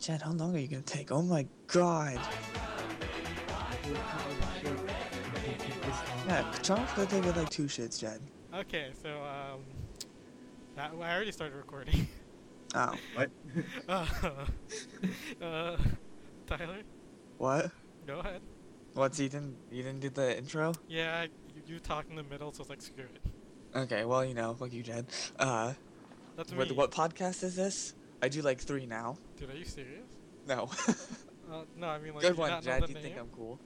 Chad, how long are you gonna take? Oh my god. Yeah, Charles could take it like two shits, Chad. Okay, so um, that I already started recording. Oh. What? uh, uh, Tyler, What? go ahead. What's you didn't you didn't do the intro? Yeah, you, you talked in the middle, so it's like screw it. Okay, well you know, fuck you, Chad. Uh That's what, me. what podcast is this? I do like three now. Dude, are you serious? No. Uh, no, I mean like Good you one, not know Chad. the You think name? I'm cool.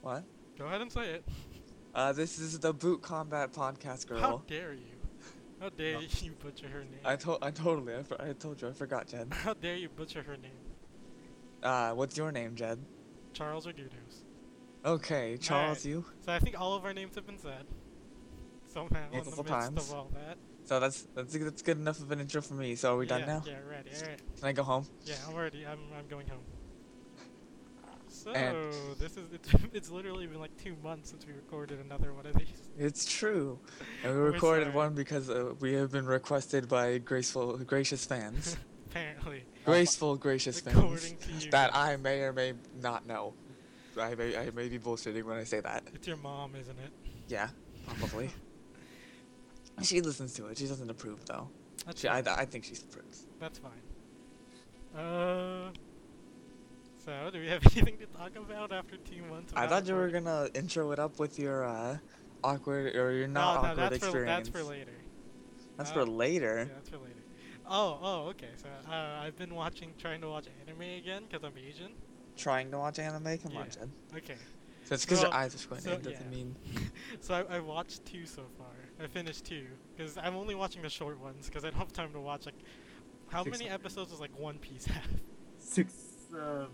What? Go ahead and say it. Uh this is the Boot Combat Podcast Girl. How dare you? How dare No. you butcher her name? I told I totally I, for- I told you I forgot, Jed. How dare you butcher her name? Uh, what's your name, Jed? Charles or Dudos. Okay, Charles, you. So I think all of our names have been said. Somehow in the midst Multiple times. of all that. So that's that's that's good enough of an intro for me. So are we done yeah, now? Yeah, ready. All right. Can I go home? Yeah, I'm already. I'm. I'm going home. So And- this is. It's, it's literally been like two months since we recorded another one of these. It's true. And we We're recorded sorry. one because uh, we have been requested by graceful, gracious fans, Apparently, graceful, gracious fans according to you, that I may or may not know. I may I may be bullshitting when I say that. it's your mom, isn't it? Yeah, probably. she listens to it. She doesn't approve though. That's She, I, fine. I think she approves. That's fine. Uh. So, do we have anything to talk about after two months? of I not thought you were recording? gonna intro it up with your uh, awkward or your not no, no, awkward that's experience. For, that's for later. That's uh, for Yeah, later. that's for later. Oh, oh, okay. So uh, I've been watching, trying to watch anime again because I'm Asian. Trying to watch anime? Come on, Yeah. Jed. Okay. So it's because So- your eyes are squinting. so, it doesn't yeah. mean. So I, I watched two so far. I finished two because I'm only watching the short ones because I don't have time to watch like how Six many hundred. episodes does like One Piece have? Six. Uh,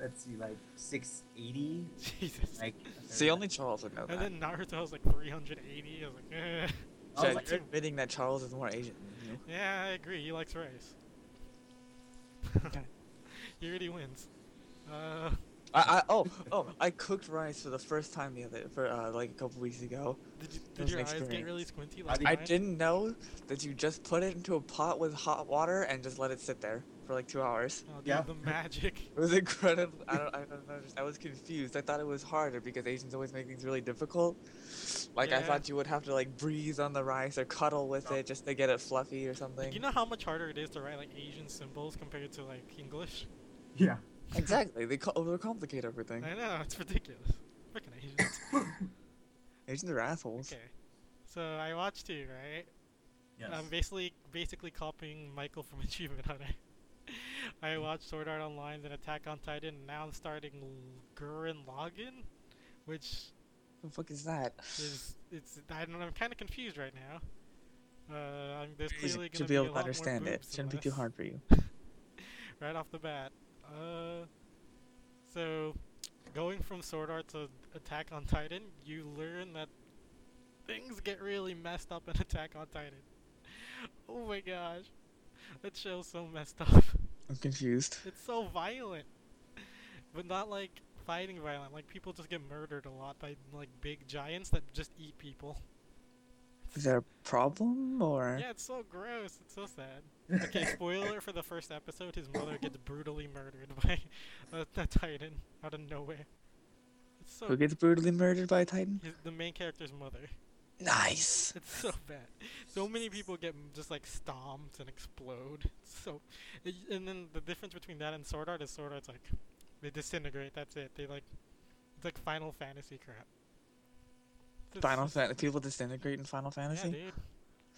let's see, like six eighty. Jesus. Like. See, only Charles would know that. and then Naruto was like 380. I was like, eh. Oh, Jed, like- you're admitting that Charles is more Asian than you. yeah, I agree. He likes rice. Okay. he already wins. Uh, I, I, oh, oh, I cooked rice for the first time the other, for uh, like a couple weeks ago. did you, was did your an eyes get experience. really squinty? I Like I mine? didn't know that you just put it into a pot with hot water and just let it sit there for like two hours. Oh, dude, Yeah. The magic. It was incredible. I don't, I don't know. I was confused. I thought it was harder because Asians always make things really difficult. Like I Yeah. thought you would have to like breathe on the rice or cuddle with it just to get it fluffy or something. Like, you know how much harder it is to write like Asian symbols compared to like English? Yeah. exactly. They co- overcomplicate everything. I know it's ridiculous. Freaking Asians. Asians are assholes. okay, so I watched you right. Yes. I'm basically basically copying Michael from Achievement Hunter. I Mm-hmm. watched Sword Art Online, then Attack on Titan, and now I'm starting L- Gurren Lagann, which What the fuck is that? is it's I don't know, I'm kind of confused right now. Uh, I'm, there's You clearly should gonna be be, a able to lot understand more it. boobs in Shouldn't be too this. hard for you. right off the bat. Uh, so, going from Sword Art to Attack on Titan, you learn that things get really messed up in Attack on Titan. Oh my gosh, that show's so messed up. I'm confused. It's so violent, but not like fighting violent. Like people just get murdered a lot by like big giants that just eat people. Is there a problem or? Yeah, it's so gross. It's so sad. Okay, spoiler for the first episode: his mother gets brutally murdered by a, a titan out of nowhere. It's so Who gets brutally murdered by a titan? his, the main character's mother. Nice. It's so bad. So many people get m- just like stomped and explode. It's so, a- and then the difference between that and Sword Art is Sword Art's like they disintegrate. That's it. They like it's like Final Fantasy crap. It's Final just- Fantasy. People disintegrate in Final Fantasy. Yeah, dude.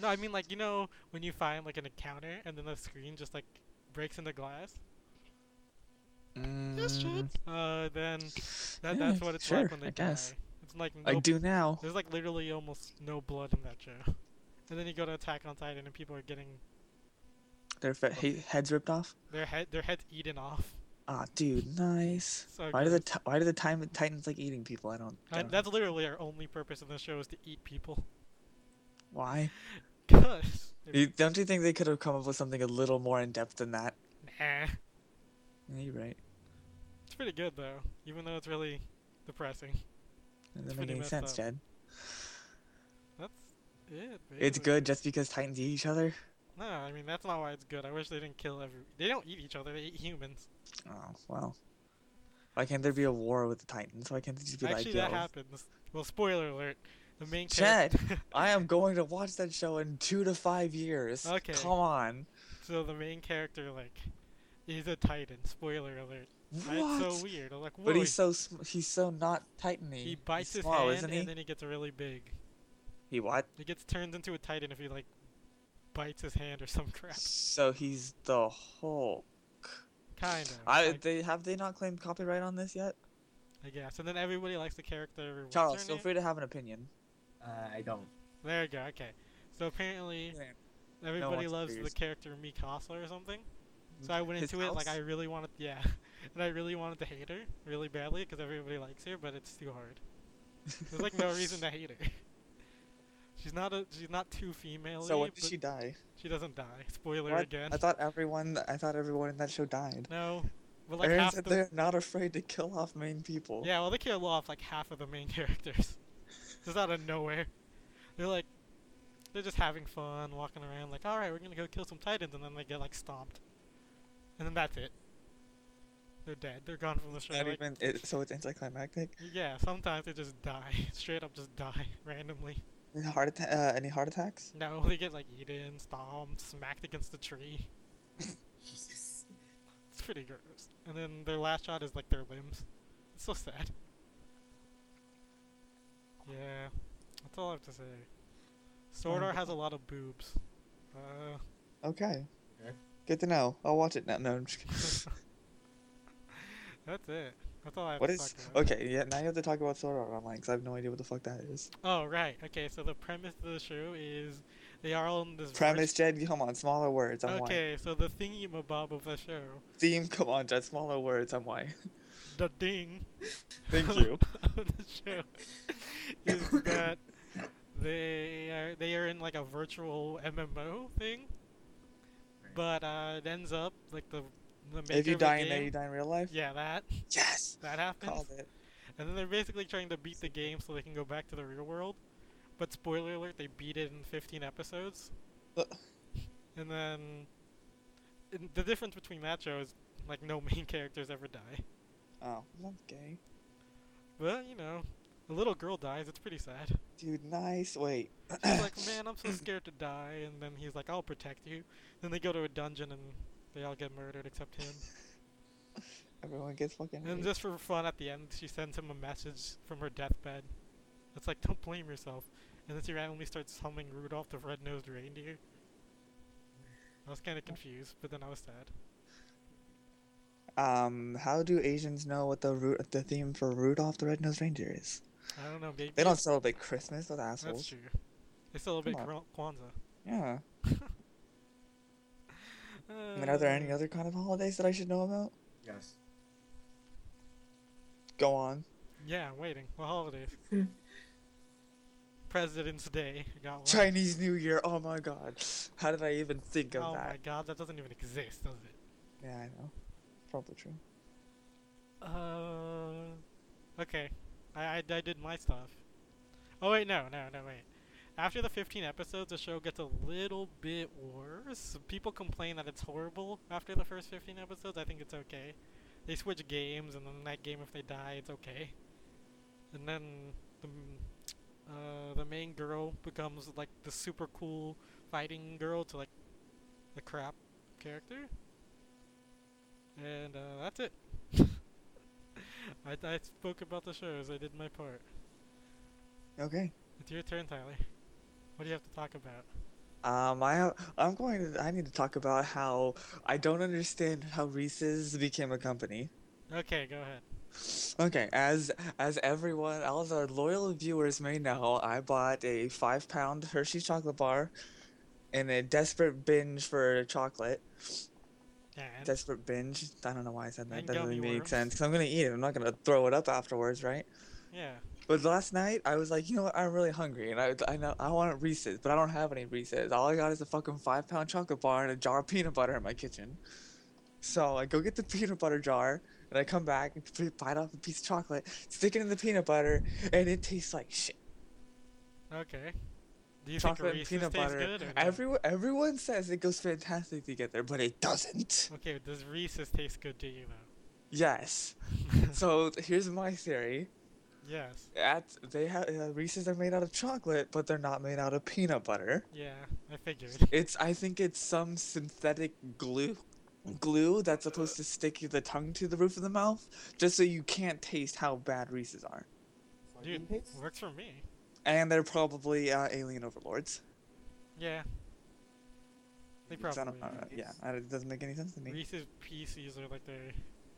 No, I mean like you know when you find like an encounter and then the screen just like breaks into glass. mm, Uh, then that, Yeah, that's what it's sure, like when they I guess. die. It's like no, I do now. there's like literally almost no blood in that show. And then you go to Attack on Titan and people are getting Their fe- he- heads ripped off. their head their heads eaten off. Ah, dude, nice. So Why do the gross. ti- Why do the time Titans like eating people? I don't. I And don't- that's literally our only purpose in the show is to eat people. why? Cause they're- You, don't you think they could have come up with something a little more in depth than that? Yeah, nah, you're right. it's pretty good though, even though it's really depressing. That It's doesn't make pretty any messed sense, up. Jed. That's it. It's basically. good just because Titans eat each other. No, I mean that's not why it's good. I wish they didn't kill every. They don't eat each other. They eat humans. Oh well. Why can't there be a war with the Titans? Why can't they just be Actually, like, that yo, happens. Well, spoiler alert. The main Chad. character. I am going to watch that show in two to five years. Okay. Come on. so the main character like is a titan. Spoiler alert. What? That's so weird. I'm like, whoa. but he's so sm- he's so not Titany. he bites he's his small, hand isn't he? and then he gets really big. He what? He gets turned into a titan if he like bites his hand or some crap. So he's the Hulk. Kind of. I they have they not claimed copyright on this yet? I guess. And then everybody likes the character. what's Charles, her feel name? free to have an opinion. Uh, I don't. There you go. Okay. So apparently, Yeah. everybody one's loves the confused. character Mikasa or something. So I went His into it like house? I really wanted, yeah, and I really wanted to hate her really badly because everybody likes her, but it's too hard. There's like no reason to hate her. She's not a, she's not too female. So when did she die? She doesn't die. Spoiler What? again. I thought everyone I thought everyone in that show died. no, but like Aaron half said the they're not afraid to kill off main people. Yeah, well, they kill off like half of the main characters. just out of nowhere. They're like, they're just having fun, walking around, like, alright, we're gonna go kill some titans, and then they get like stomped. And then that's it. They're dead. They're gone from the show. Not like- even it, so it's anticlimactic. yeah, sometimes they just die. Straight up just die randomly. Any heart atta- uh, any heart attacks? No, they get like eaten, stomped, smacked against the tree. Jesus. It's pretty gross. And then their last shot is like their limbs. It's so sad. Yeah, that's all I have to say. Sword Oh, Art has a lot of boobs. Uh, Okay. Okay. Good to know. I'll watch it now. No, I'm just kidding. that's it. That's all I have what to is? talk about. Okay, yeah. Now you have to talk about Sword Art Online because I have no idea what the fuck that is. Oh right. Okay. So the premise of the show is they are all in this. Premise, virtu- Jed. Come on, smaller words. I'm white. Okay. So the thingy mabob of the show, Theme. Come on, Jed. Smaller words. I'm white. the ding. Thank you. of the show is that they are they are in like a virtual MMO thing, Right. but uh, it ends up like the the maker if you of the die in there, game- you die in real life. yeah, that Yes. that happens, Called it. and then they're basically trying to beat the game so they can go back to the real world. But spoiler alert, they beat it in 15 episodes, Uh. and then and the difference between that show is like no main characters ever die, Oh, that's gay. but you know, a little girl dies. It's pretty sad. Dude, nice. Wait. She's like, man, I'm so scared to die. And then he's like, I'll protect you. Then they go to a dungeon and they all get murdered except him. Everyone gets fucking. and raped. just for fun, at the end, she sends him a message from her deathbed. It's like, don't blame yourself. And then she randomly starts humming Rudolph the Red-Nosed Reindeer. I was kind of confused, but then I was sad. Um, how do Asians know what the root, the theme for Rudolph the Red-Nosed Reindeer is? I don't know, maybe They don't it's- celebrate Christmas, those assholes. That's true. They celebrate Come Kwan- Kwanzaa. Yeah. Uh, I mean, are there any other kind of holidays that I should know about? Yes. Go on. Yeah, I'm waiting. What holidays? President's Day. I Got one. Chinese New Year. Oh my God. How did I even think of oh my that? god, that doesn't even exist, does it? Yeah, I know. Probably true. Uh, okay. I, I, I did my stuff. Oh wait, no, no, no, wait. After the 15 episodes, the show gets a little bit worse. People complain that it's horrible after the first 15 episodes. I think it's okay. They switch games, and then that game, if they die, it's okay. And then the m- uh, the main girl becomes like the super cool fighting girl to like the crap character. And uh, that's it. I, I spoke about the shows. I did my part. Okay. It's your turn, Tyler. What do you have to talk about? Um, I have, I'm going to. I need to talk about how I don't understand how Reese's became a company. Okay, go ahead. Okay, as as everyone, as our loyal viewers may know, I bought a five pound Hershey chocolate bar, in a desperate binge for chocolate. And Desperate binge. I don't know why I said that. And Doesn't gummy really make worms. sense. Cause I'm gonna eat it. I'm not gonna throw it up afterwards, right? yeah, But last night I was like, you know what? I'm really hungry, and I I know I want Reese's, but I don't have any Reese's. All I got is a fucking five pound chocolate bar and a jar of peanut butter in my kitchen. So I go get the peanut butter jar, and I come back and p- bite off a piece of chocolate, stick it in the peanut butter, and it tastes like shit. okay. Do you chocolate and think peanut Reese's tastes butter. good? Or no? Everyone, everyone says it goes fantastic together, but it doesn't. Okay, but does Reese's taste good to you though? Yes. So th- here's my theory. yes. At they have uh, Reese's are made out of chocolate, but they're not made out of peanut butter. Yeah, I figured. It's I think it's some synthetic glue glue that's supposed to stick the tongue to the roof of the mouth just so you can't taste how bad Reese's are. Dude, Soybean paste? works for me. And they're probably uh, alien overlords. Yeah. They So I probably. don't- I don't know, are. yeah, I- it doesn't make any sense to me. Reese's pieces are like their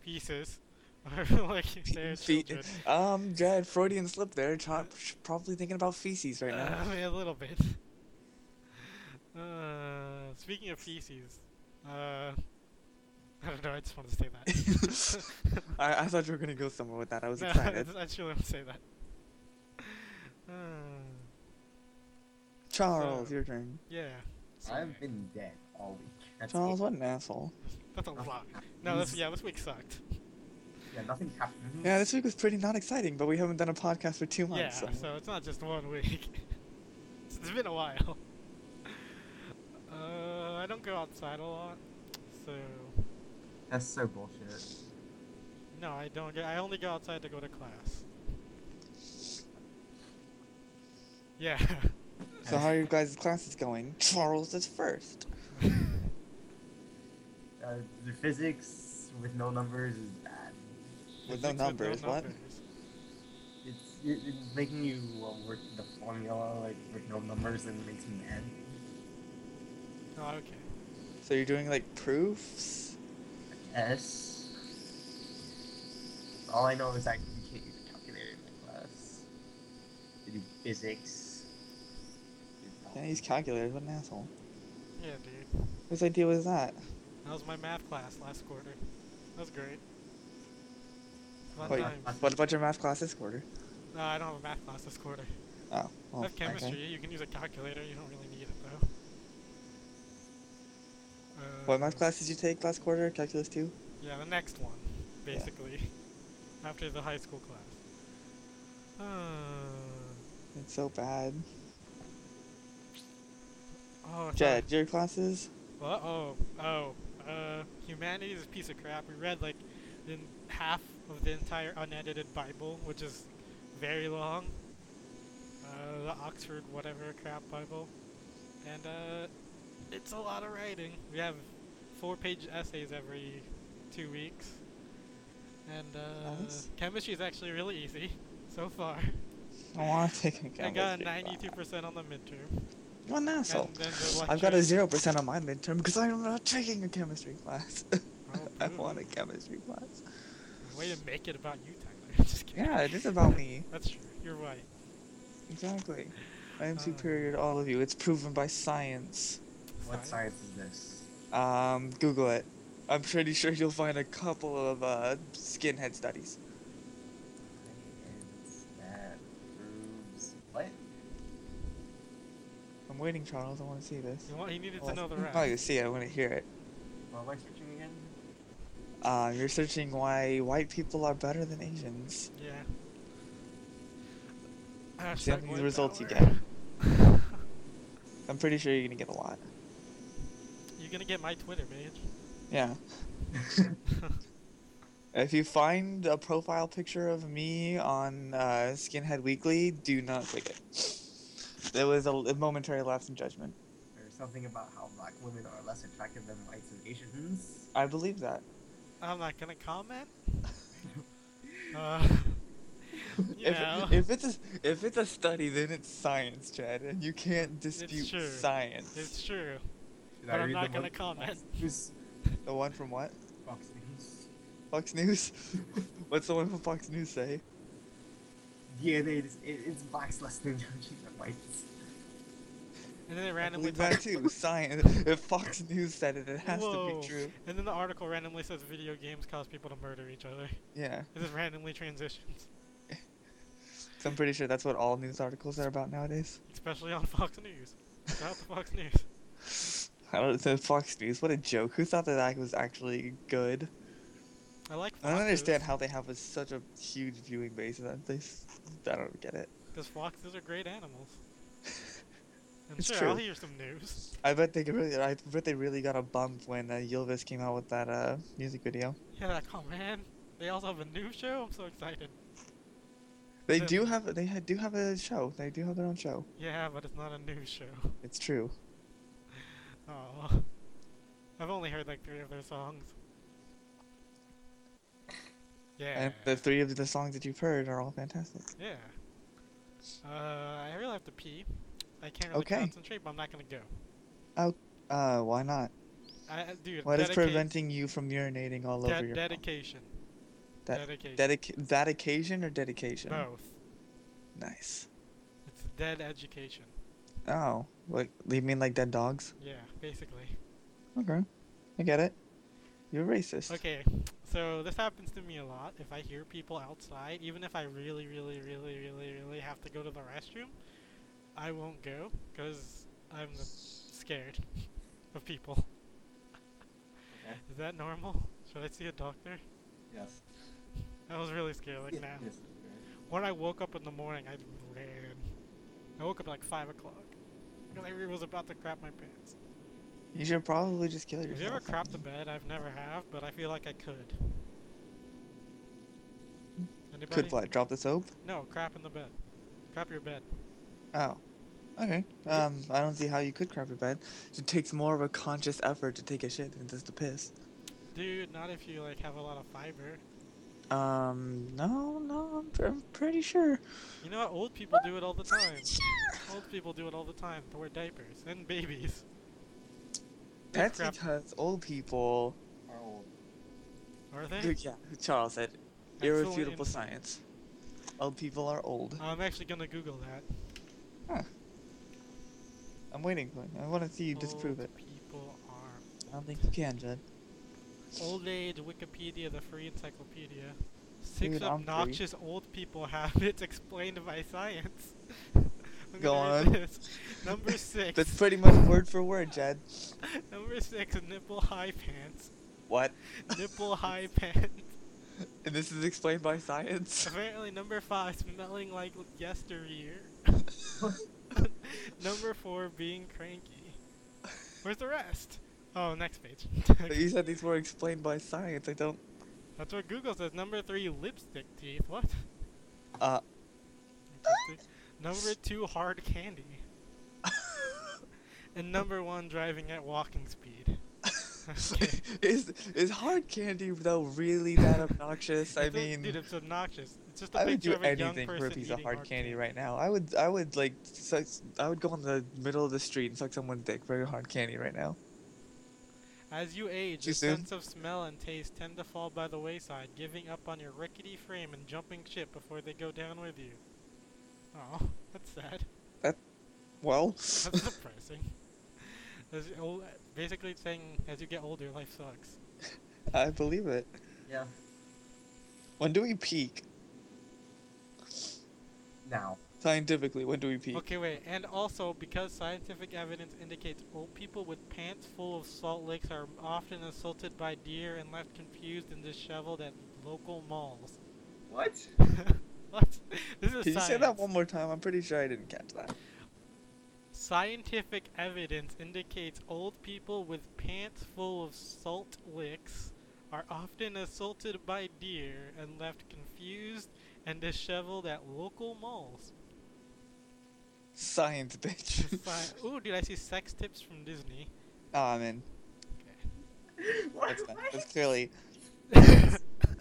pieces. Are like their Fe- children. um, yeah, Freudian slip there. Ch- probably thinking about feces right now. Uh, a little bit. Uh, speaking of feces, uh, I don't know. I just want to say that. I, I thought you were gonna go somewhere with that. I was No, excited. I just really want to say that. Uh, Charles, So- your turn. yeah. sorry. I've been dead all week. That's Charles, it. what an asshole. That's a Oh, lot. No, this he's- yeah, this week sucked. Yeah, nothing happened. Yeah, this week was pretty not exciting, but we haven't done a podcast for two Yeah, months. so- so it's not just one week. it's it's been a while. Uh, I don't go outside a lot, so That's so bullshit. no, I don't. Go, I only go outside to go to class. Yeah. So how are your guys' classes going? Charles is first. Uh, the physics with no numbers is bad. With no Physics numbers, what? numbers. It's, it, it's making you uh, work the formula like with no numbers and it makes me mad. Oh, okay. So you're doing like proofs? Yes. All I know is I can't use a calculator in my class. I do physics. Yeah, he's calculators. What an asshole. Yeah, dude. Whose idea was that? That was my math class last quarter. That was great. Fun Wait, times. what about your math class this quarter? No, I don't have a math class this quarter. Oh, I well, have chemistry. okay. You can use a calculator. You don't really need it though. Uh, What math class did you take last quarter? Calculus two. Yeah, the next one, basically, after the high school class. Uh, It's so bad. oh, Jed, your classes? Well, oh, oh, uh, humanity is a piece of crap. We read like in half of the entire unedited Bible, which is very long. Uh, the Oxford whatever crap Bible, and uh, it's a lot of writing. We have four-page essays every two weeks, and uh, Nice. chemistry is actually really easy so far. I want to take a chemistry. I got a class. 92% on the midterm. What an asshole. And then the I've got a lectures- zero percent on my midterm because I'm not taking a chemistry class. Oh, I boo. want a chemistry class. Way to make it about you, Tyler. Just kidding. Yeah, it is about me. That's true. You're right. Exactly. I am Uh, superior to all of you. It's proven by science. What science is this? Um, Google it. I'm pretty sure you'll find a couple of uh, skinhead studies. Science that proves what? I'm waiting, Charles. I want to see this. You want, he needed Well, to know the I'm not gonna rest. see it. I want to hear it. What am I searching again? Um, you're searching why white people are better than Asians. Yeah. See how Hashtag many white results you power. I'm pretty sure you're gonna get a lot. You're gonna get my Twitter, page. Yeah. If you find a profile picture of me on uh, Skinhead Weekly, do not click it. There was a, a momentary lapse in judgment. There's something about how black women are less attractive than whites and Asians. I believe that. I'm not gonna comment. Uh, you know, If, if it's a, if it's a study, then it's science, Chad, and you can't dispute true. science. it's true. Should But I'm read the not gonna Fox comment. News? The one from what? Fox News. Fox News. What's the one from Fox News say? DNA is it, it's blacks less than whites. And then it I randomly believe that talks- too. Science. If Fox News said it, it has Whoa. to be true. And then the article randomly says video games cause people to murder each other. Yeah, It just randomly transitions, 'cause I'm pretty sure that's what all news articles are about nowadays. especially on Fox News. Shout out to Fox News. I don't know. Fox News. What a joke. Who thought that that was actually good? I like. Fox I don't understand how they have a, such a huge viewing base. and That they, s- I don't get it. Because foxes are great animals. And It's sure, I'll true. hear some news. I bet they really, I bet they really got a bump when uh, Ylvis came out with that uh, music video. Yeah, like, oh man, they also have a new show. I'm so excited. They Yeah. do have, they ha- do have a show. They do have their own show. Yeah, but it's not a new show. It's true. Oh, I've only heard like three of their songs. Yeah. And the three of the songs that you've heard are all fantastic. Yeah. Uh, I really have to pee. I can't really Okay. concentrate, but I'm not gonna go. Uh, why not? I, I- dude, What is dedica- preventing you from urinating all de- over your? dedication. That- dedication. Dedic- that occasion or dedication? Both. Nice. It's dead education. Oh, like you mean like dead dogs? Yeah, basically. Okay, I get it. You're racist. Okay, so this happens to me a lot. If I hear people outside, even if I really, really, really, really, really have to go to the restroom, I won't go because I'm scared of people. Okay. Is that normal? Should I see a doctor? Yes. I was really scared, like Yes, now. yes, okay. When I woke up in the morning, I ran. I woke up at like 5 o'clock because I re- was about to crap my pants. You should probably just kill yourself. Have you ever crapped the bed? I've never have, but I feel like I could. Anybody? Could what? Drop the soap? No, crap in the bed. Crap your bed. Oh. Okay. Um, I don't see how you could crap your bed. It takes more of a conscious effort to take a shit than just to piss. Dude, not if you like have a lot of fiber. Um, no, no, I'm, I'm pretty sure. You know what? Old people do it all the time. Old people do it all the time to wear diapers and babies. They That's crap- because old people. Are old. Are they? Yeah, Charles said, Absolute irrefutable infamy. science. Old people are old. I'm actually gonna Google that. I'm waiting. Glenn. I want to see you disprove Old it. People are I don't think you can, Jed. old age Wikipedia, the free encyclopedia. Six Dude, I'm free. obnoxious old people habits explained by science. I'm Go gonna read on. this. Number six. That's pretty much word for word, Jed. Number six. Nipple high pants. What? Nipple high pants. And this is explained by science. Apparently, number five, smelling like yesteryear. number four, being cranky. Where's the rest? Oh, next page. you said these were explained by science. I don't. That's what Google says. Number three, lipstick teeth. What? Uh. Lipstick. number two, hard candy. And number one, driving at walking speed. Okay. is is hard candy though really that obnoxious? I It's a- mean, dude, it's obnoxious. It's just a I would picture do of a young anything person for a piece of eating hard candy right now. I would I would like suck, I would go on the middle of the street and suck someone's dick for hard candy right now. As you age, Too your soon? sense of smell and taste tend to fall by the wayside, giving up on your rickety frame and jumping ship before they go down with you. Oh, that's sad. Well, That's depressing. As you ol- basically it's saying, as you get older, life sucks. I believe it. Yeah. When do we peak? Now. Scientifically, when do we peak? Okay, wait. And also, because scientific evidence indicates old people with pants full of salt licks are often assaulted by deer and left confused and disheveled at local malls. What? what? This is Can you science. say that one more time? I'm pretty sure I didn't catch that. Scientific evidence indicates old people with pants full of salt licks are often assaulted by deer and left confused and disheveled at local malls. Science, bitch. Sci- Ooh, dude, I see sex tips from Disney. oh, I'm in. what? That's, not, that's clearly.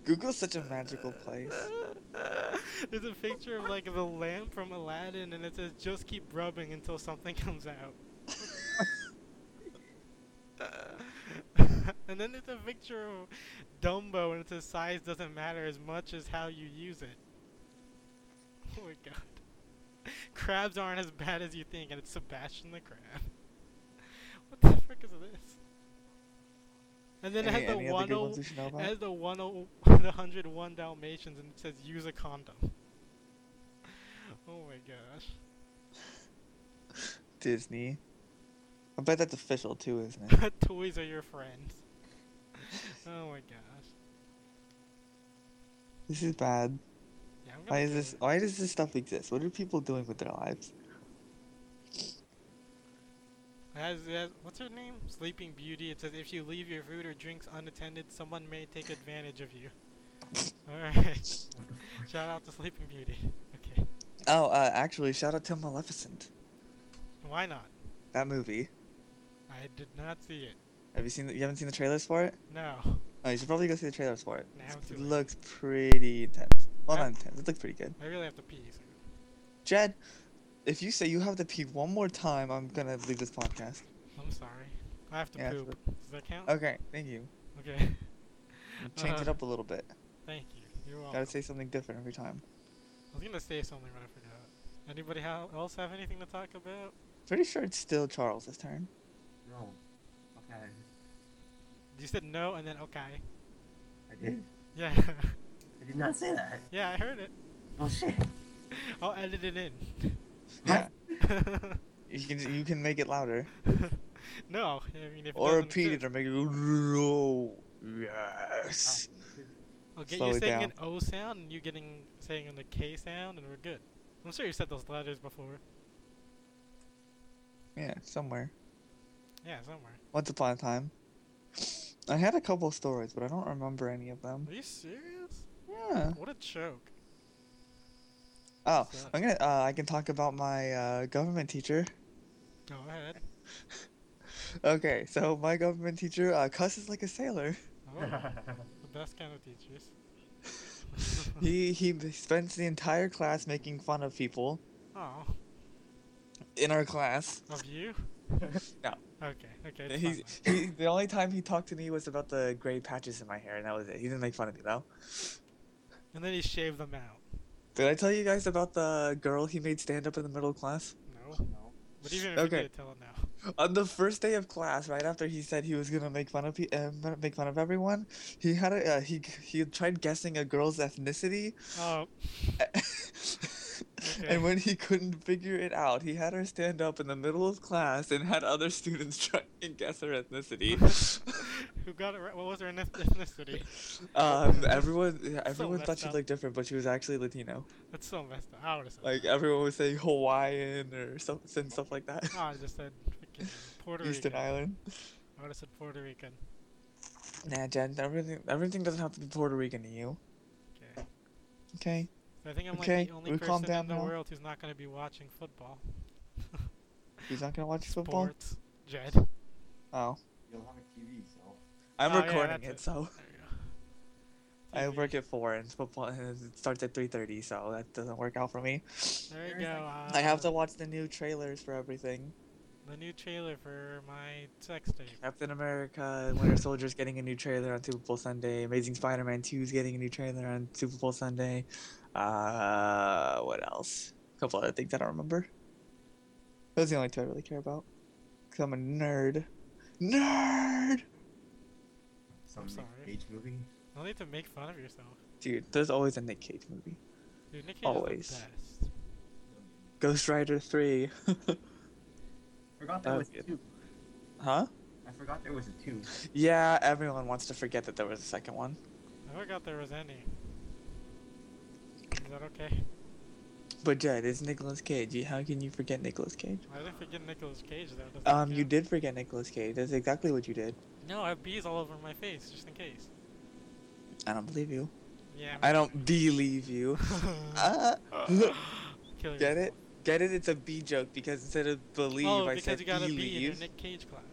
Google's such a magical place. There's a picture of like the lamp from Aladdin and it says just keep rubbing until something comes out. and then there's a picture of Dumbo and it says size doesn't matter as much as how you use it. Oh my god. Crabs aren't as bad as you think and it's Sebastian the Crab. What the frick is this? And then any it has any the other one good ones we should know it about? has the 10 the 101 Dalmatians and it says use a condom. Oh my gosh. oh Disney. I bet that's official too, isn't it? What toys are your friends? Oh my gosh. this is bad. Yeah, I'm gonna Why is do this? it. Why does this stuff exist? What are people doing with their lives? has, it has what's her name? Sleeping Beauty. It says if you leave your food or drinks unattended, someone may take advantage of you. All right. Shout out to Sleeping Beauty. Okay. Oh, uh, actually, shout out to Maleficent. Why not? That movie. I did not see it. Have you seen? The, you haven't seen the trailers for it? No. Oh, you should probably go see the trailers for it. Nah, It's- I'm too it lazy. looks pretty intense. Well, I- not intense. It looks pretty good. I really have to pee. So. Jed, if you say you have to pee one more time, I'm gonna leave this podcast. I'm sorry. I have to Yeah, poop. Does that count? Okay, thank you. Okay. Change it Uh, up a little bit. Thank you. You're welcome. Gotta say something different every time. I was gonna say something, but I forgot. Anybody hel- else have anything to talk about? Pretty sure it's still Charles this turn. No. Okay. You said no, and then okay. I did. Yeah. I did not say that. yeah, I heard it. Oh shit. I'll edit it in. Yeah. Oh, You can you can make it louder no, I mean if it or doesn't repeat fit, it or make it. go, Ah. Yes. I'll get Slow you it saying down. an O sound and you getting saying an K sound, and we're good. I'm sure you said those letters before. Yeah, somewhere. Yeah, somewhere. Once upon a time. I had a couple stories, but I don't remember any of them. Are you serious? Yeah. What a joke. Oh, Sucks. I'm gonna. Uh, I can talk about my uh, government teacher. Go ahead. Okay, so my government teacher uh, cusses like a sailor. Oh, the best kind of teachers. He he b- spends the entire class making fun of people Oh, in our class. of you? No. Okay, okay. it's He, fine then. he the only time he talked to me was about the gray patches in my hair, and that was it. He didn't make fun of me though. And then he shaved them out. Did I tell you guys about the girl he made stand up in the middle of class? No. no. But even if Okay. you did, tell it now. On the first day of class, right after he said he was gonna make fun of pe- uh, m- make fun of everyone, he had a uh, he he tried guessing a girl's ethnicity, Oh, Okay. and when he couldn't figure it out, he had her stand up in the middle of class and had other students try and guess her ethnicity. who got it right? What was her eth- ethnicity? um, everyone yeah, everyone messed thought she up. looked different, but she was actually Latino. That's so messed up. I would have said Like that. everyone was saying Hawaiian or something stuff like that. Oh, I just said freaking Puerto Eastern Rican. Island. I would have said Puerto Rican. Nah, Jen, everything everything doesn't have to be Puerto Rican to you. Okay. Okay. So I think I'm Okay, like the only we calm person down in the now. world who's not going to be watching football. He's not gonna watch football. Sports. Jed. There Oh, You'll have a TV, so. I'm Oh, yeah, recording that's it, it. so we go. I TV. work at four, and football and it starts at three thirty, so that doesn't work out for me. There you There's go. like- I have to uh, watch the new trailers for everything. The new trailer for my sex tape. Captain America, Winter Soldier's getting a new trailer on Super Bowl Sunday. Amazing Spider-Man 2 is getting a new trailer on Super Bowl Sunday. Uh, what else? A couple other things I don't remember. Those are the only two I really care about. Cause I'm a nerd. Nerd, Some Nick sorry. Cage movie. No need to make fun of yourself. dude. There's always a Nick Cage movie. Dude, Nick Cage Always. is the best. Ghost Rider 3. Forgot there That was was good. two. huh? I forgot there was a two. Yeah, everyone wants to forget that there was a second one. I forgot there was any. Is that okay? But Jed, it's Nicolas Cage. You- How can you forget Nicolas Cage? I didn't forget Nicolas Cage though. does that Um, you count? did forget Nicolas Cage. That's exactly what you did. No, I have bees all over my face just in case. I don't believe you. Yeah. I don't believe you. Ah, Kill yourself. get it? Get it? It's a B joke because instead of believe, oh, I because said you got a believe. bee in your Nick Cage class.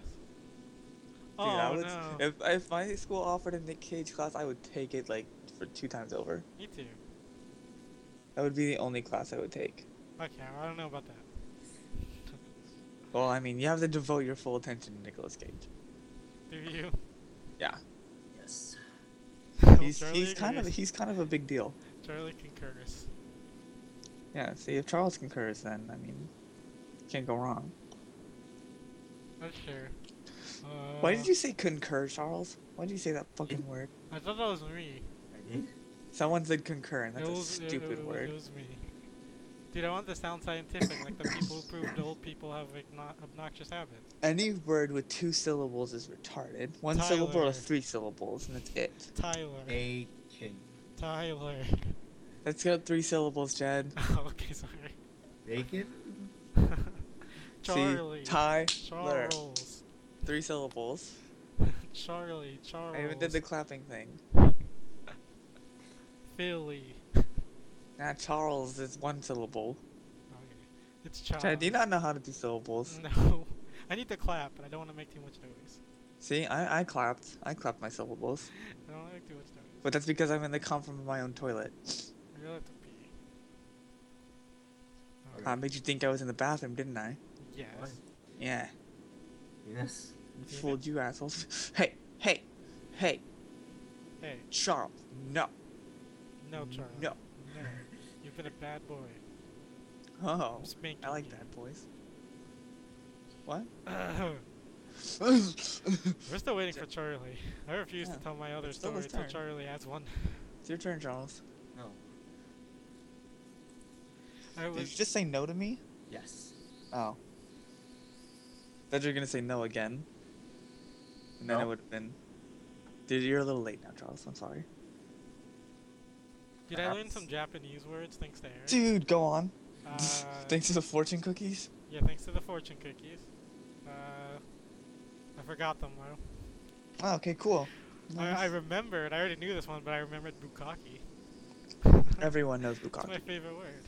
Dude, I oh would- no. If if my school offered a Nick Cage class, I would take it like for two times over. Me too. That would be the only class I would take. Okay, well, I don't know about that. Well, I mean, you have to devote your full attention to Nicolas Cage. Do you? Yes. He's Charlie he's kind of agrees. he's kind of a big deal. Charlie concurs. Yeah. See, if Charles concurs, then I mean, can't go wrong. That's fair. Uh, Why did you say concur, Charles? Why did you say that fucking word? I thought that was me. I did. Someone said concur, and It that's a was- it- stupid it, word. It was me. Dude, I want to sound scientific, like the people who proved old people have igno- obnoxious habits. Any word with two syllables is retarded. One syllable Tyler. or three syllables, and that's it. Tyler. They can. Tyler. Oh, That's got three syllables, Jed. okay, sorry. Bacon? Charlie. See, Ty, Blair. Charles. three syllables. Charlie. Charles. I even did the clapping thing. Philly. Now Charles is one syllable. Okay. It's Charles. Chad, do you not know how to do syllables? No. I need to clap, but I don't want to make too much noise. See, I, I clapped. I clapped my syllables. I don't want to make too much noise. But that's because I'm in the comfort of my own toilet. I really have to pee. Okay. I made you think I was in the bathroom, didn't I? Yes. What? Yeah. Yes. Yeah. Fooled you assholes. Hey, hey, hey, Hey, Charles. No. no, Charlie. Mm, No. No. You've been a bad boy. Oh. I'm spanking I like you. bad boys. We're still waiting for Charlie. I refuse Yeah, to tell my other it's still story his until turn. Charlie has one. it's your turn, Charles. No. I Did you was, just say no to me? Yes. Oh. That you're gonna say no again. And then No. it would have been. Dude, you're a little late now, Charles. I'm sorry. did I learn perhaps- some Japanese words thanks to Eric? Dude, go on. Uh, Thanks to the fortune cookies. Yeah, thanks to the fortune cookies. Uh, I forgot them though. Oh, okay, cool. I, I Nice. remembered. I already knew this one, but I remembered bukkake. Everyone knows It's my bukkake. favorite word.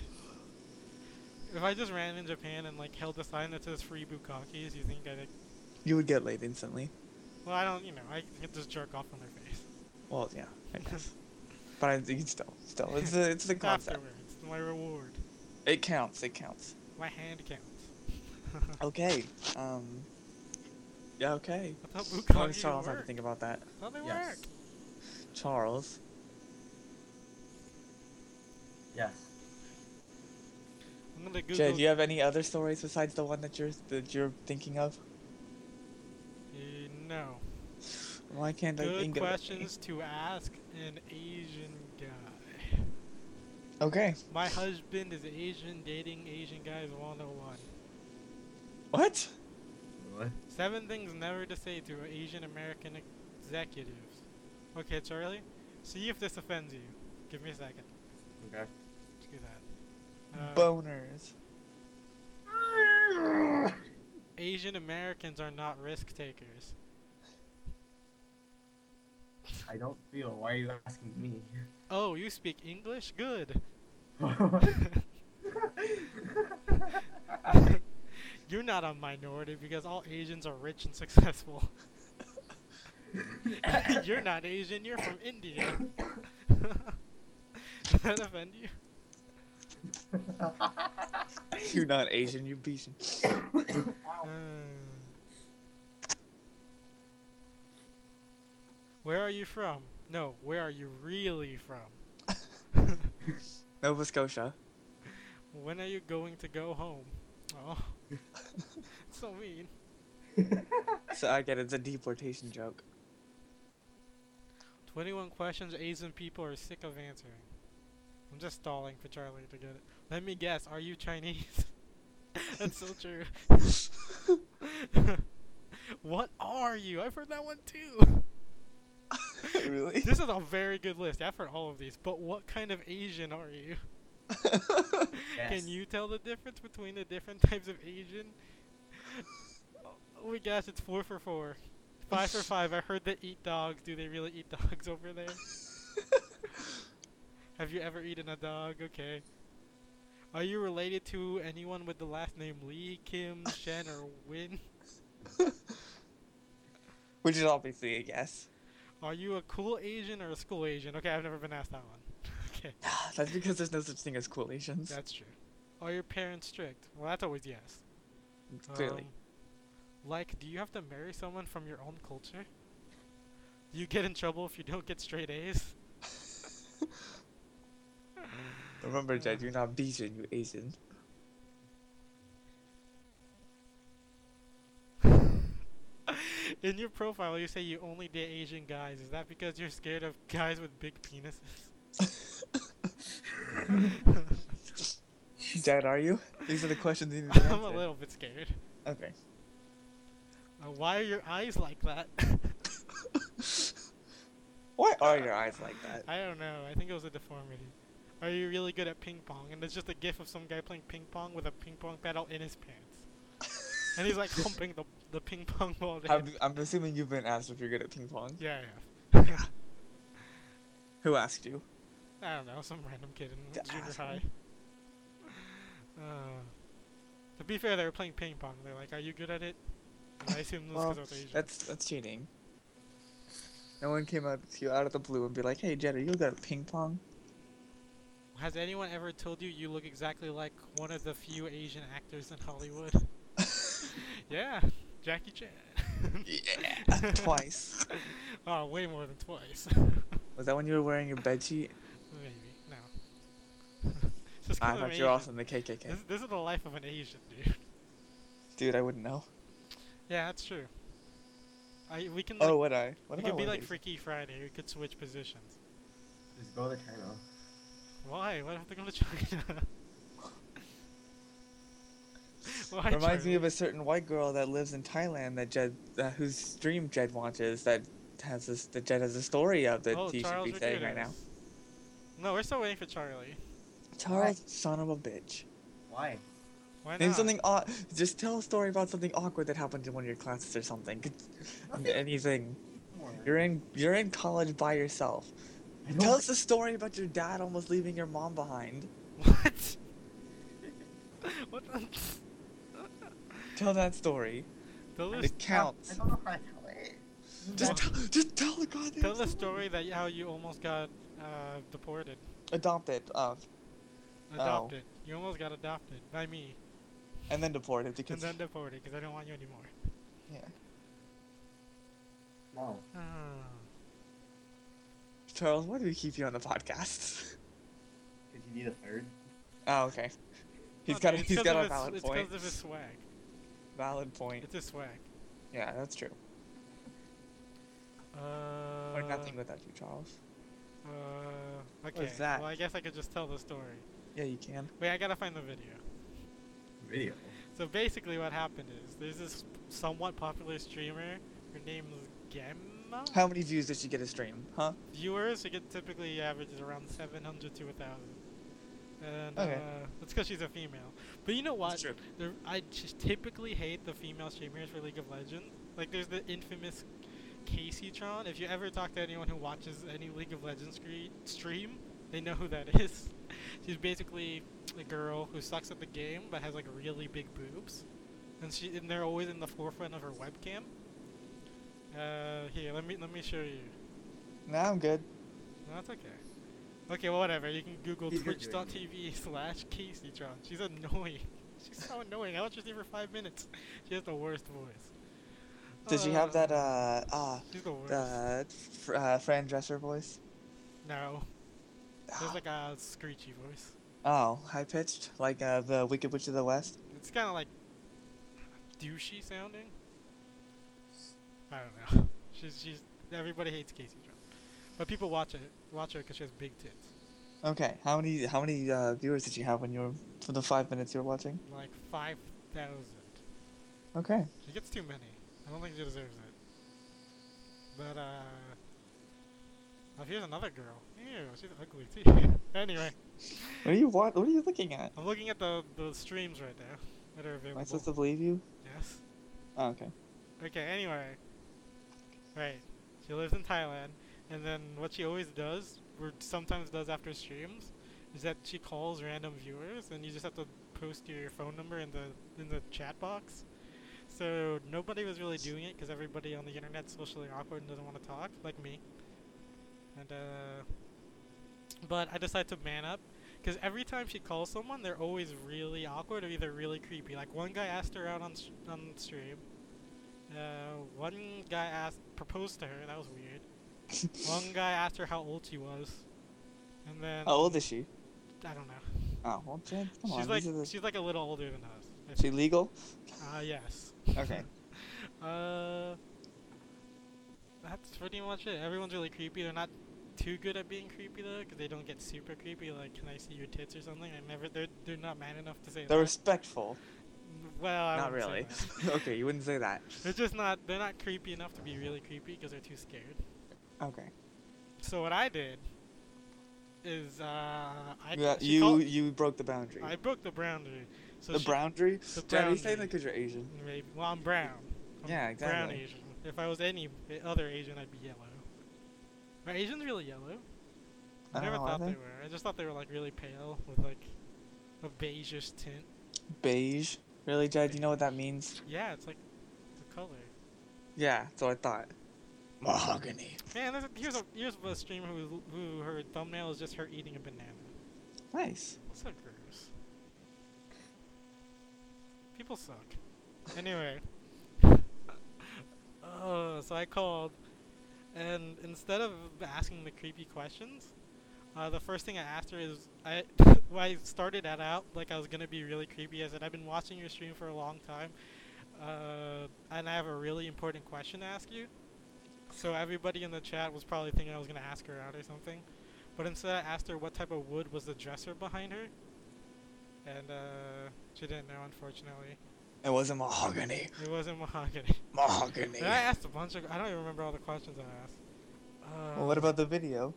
If I just ran in Japan and like held a sign that says free bukkakes, you think I'd like, You would get laid instantly. well, I don't, you know, I could just jerk off on their face Well, yeah, I guess. but I, you still, still, it's the, it's the concept. afterwards. It's my reward. It counts. It counts. My hand counts. Okay. Um. Yeah. Okay. I thought How bukkake does Charles have to work. think about that? I thought they Yes. work. Charles. Yes. I'm gonna Google. Jay, do you have any other stories besides the one that you're that you're thinking of? Uh, no. Why can't I Good think questions to ask an Asian guy. of it? Okay. My husband is Asian, dating Asian guys 101. What? What? Seven things never to say to Asian American executives. Okay, Charlie, see if this offends you. Give me a second. Okay. Let's do that. Uh, Boners. Asian Americans are not risk takers. I don't feel. Why are you asking me? Oh, you speak English? Good. You're not a minority because all Asians are rich and successful. you're not Asian, you're from India. Does that offend you? You're not Asian. You're Asian. Uh, where are you from? No, where are you really from? Nova Scotia. when are you going to go home? Oh, so mean. So I get it, it's a deportation joke. 21 questions Asian people are sick of answering. I'm just stalling for Charlie to get it. Let me guess, are you Chinese? That's so true. what are you? I've heard that one too. really? This is a very good list. I've heard all of these, but what kind of Asian are you? Yes. Can you tell the difference between the different types of Asian? Oh my gosh, it's four for four. Five for five. I heard they eat dogs. Do they really eat dogs over there? Have you ever eaten a dog? Okay. Are you related to anyone with the last name Lee, Kim, Shen, or Win? Which is obviously a guess. Are you a cool Asian or a school Asian? Okay, I've never been asked that one. Okay, That's because there's no such thing as cool Asians. that's true. Are your parents strict? Well, that's always yes. Clearly. Um, like, do you have to marry someone from your own culture? Do you get in trouble if you don't get straight A's? Remember, Jed, you're not Asian, you're Asian. In your profile, you say you only date Asian guys. Is that because you're scared of guys with big penises? Jed, are you? These are the questions you need to I'm a answer. little bit scared. Okay. Uh, why are your eyes like that? Why are your eyes like that? I don't know. I think it was a deformity. Are you really good at ping pong? And it's just a gif of some guy playing ping pong with a ping pong paddle in his pants. and he's like humping the the ping pong ball. to I'm, hit- I'm assuming you've been asked if you're good at ping pong. yeah, yeah. Who asked you? I don't know, some random kid in To junior ask high. Uh, to be fair, they were playing ping pong. They're like, "Are you good at it?" And I assume this Well, because they're Asian. that's that's cheating. No one came up to you out of the blue and be like, "Hey, Jed, are you good at ping pong?" Has anyone ever told you you look exactly like one of the few Asian actors in Hollywood? yeah, Jackie Chan. Yeah, twice. oh, way more than twice. Was that when you were wearing your bed sheet? Maybe no. It's just 'cause I I'm thought you were Asian. also in the KKK. This, this is the life of an Asian dude. Dude, I wouldn't know. Yeah, that's true. I we can like, Oh, would I? What we if I could be was like Asian? Freaky Friday. We could switch positions. Just go to China. Why? Why do I have to go to China? Why Reminds me of Charlie? a certain white girl that lives in Thailand that Jed, uh, whose stream Jed watches that has this that Jed has a story of that oh, he Charles should be saying right now. Rodriguez. No, we're still waiting for Charlie. Charles, son of a bitch. Why? Why Name not? something. Au- just tell a story about something awkward that happened in one of your classes or something. Anything. You're in. You're in college by yourself. I don't Tell us a story about your dad almost leaving your mom behind. What? what? The... Tell that story. Tell us. It counts. I don't know how to tell it. Just, tell, just tell the goddamn. Tell the story that how you almost got uh, deported, Adopted, uh, Oh. adopted. You almost got adopted by me, and then deported because. and then deported because I don't want you anymore. yeah. No. Ah. Charles, why do we keep you on the podcast? Because you need a third. Oh, okay. He's No, got a, dude, Ah. it's he's 'cause got of a his- valid it's point. because of his swag. Valid point. It's his swag. Yeah, that's true. Uh, We're nothing without you, Charles. Uh, okay. was that? Well, I guess I could just tell the story. Yeah, you can. Wait, I gotta find the video. Video. So basically, what happened is there's this somewhat popular streamer. Her name is Gemma. How many views did she get a stream? Huh? Viewers, she get typically averages around 700 to 1,000. And Okay. uh, that's because she's a female. But you know what? That's true. The, I just typically hate the female streamers for League of Legends. Like, there's the infamous Caseytron. If you ever talk to anyone who watches any League of Legends scre- stream, they know who that is. She's basically a girl who sucks at the game but has like really big boobs, and she and they're always in the forefront of her webcam. Uh, here, let me let me show you. Nah, I'm good. No, that's okay. Okay, well, whatever. You can Google You're doing twitch.tv slash CaseyTron. She's annoying. She's so annoying. I watched her stream for five minutes. She has the worst voice. Does she have that, uh, ah, She's the worst. uh, fr- uh, Fran Dresser voice? no. There's like a screechy voice. Oh, high pitched? Like, uh, the Wicked Witch of the West? It's kind of like douchey sounding. I don't know. She's she's everybody hates Casey Trump, but people watch it watch her because she has big tits, Okay, how many, how many, uh, viewers did you have when you were, for the five minutes you were watching? like five thousand. Okay. She gets too many. I don't think she deserves it. But uh, oh, here's another girl. Ew, she's ugly too. anyway, What are you, what, what are you looking at? I'm looking at the the streams right now that are Am I supposed available. to believe you? Yes. Oh, okay. Okay, anyway. Right. She lives in Thailand, and then what she always does, or sometimes does after streams, is that she calls random viewers, and you just have to post your phone number in the in the chat box. So nobody was really doing it because everybody on the internet's socially awkward and doesn't want to talk, like me. And uh, but I decided to man up because every time she calls someone, they're always really awkward or either really creepy. Like one guy asked her out on s on stream. Uh, one guy asked proposed to her. That was weird. one guy asked her how old she was, and then How old is she? I don't know. Oh, well, Jen, come she's on. like these are the- she's like a little older than us. I she legal? think. Uh, yes. Okay. Uh, that's pretty much it. Everyone's really creepy. They're not too good at being creepy though, 'cause they don't get super creepy. Like, can I see your tits or something? I never. They're they're not man enough to say They're that. respectful. Well, I Not wouldn't say really. that. okay, you wouldn't say that. They're just not. They're not creepy enough to be really creepy 'cause they're too scared. Okay. So what I did uh, is uh, I Yeah, she you called- you broke the boundary. I broke the boundary. So the she- boundary. the Dad, you saying boundary. that because you're Asian. Maybe. Well, I'm brown. I'm Yeah, Brown exactly. Asian. If I was any other Asian, I'd be yellow. Are Asians really yellow? I, I don't never know, are thought they they? were. I just thought they were like really pale with like a beigeish tint. Beige. Really, Dad? You know what that means? Yeah, it's like the color. Yeah. So I thought. Mahogany. Man, there's a, here's a here's a streamer who who her thumbnail is just her eating a banana. Nice. So gross. People suck. Anyway. uh, so I called, and instead of asking the creepy questions, uh, the first thing I asked her is I. well, I started that out like I was gonna be really creepy. I said I've been watching your stream for a long time, uh, and I have a really important question to ask you. So everybody in the chat was probably thinking I was gonna ask her out or something. But instead, I asked her what type of wood was the dresser behind her, and uh, she didn't know. Unfortunately, It wasn't mahogany. it wasn't mahogany. Mahogany. And I asked a bunch of. I don't even remember all the questions I asked. Uh, Well, what about the video?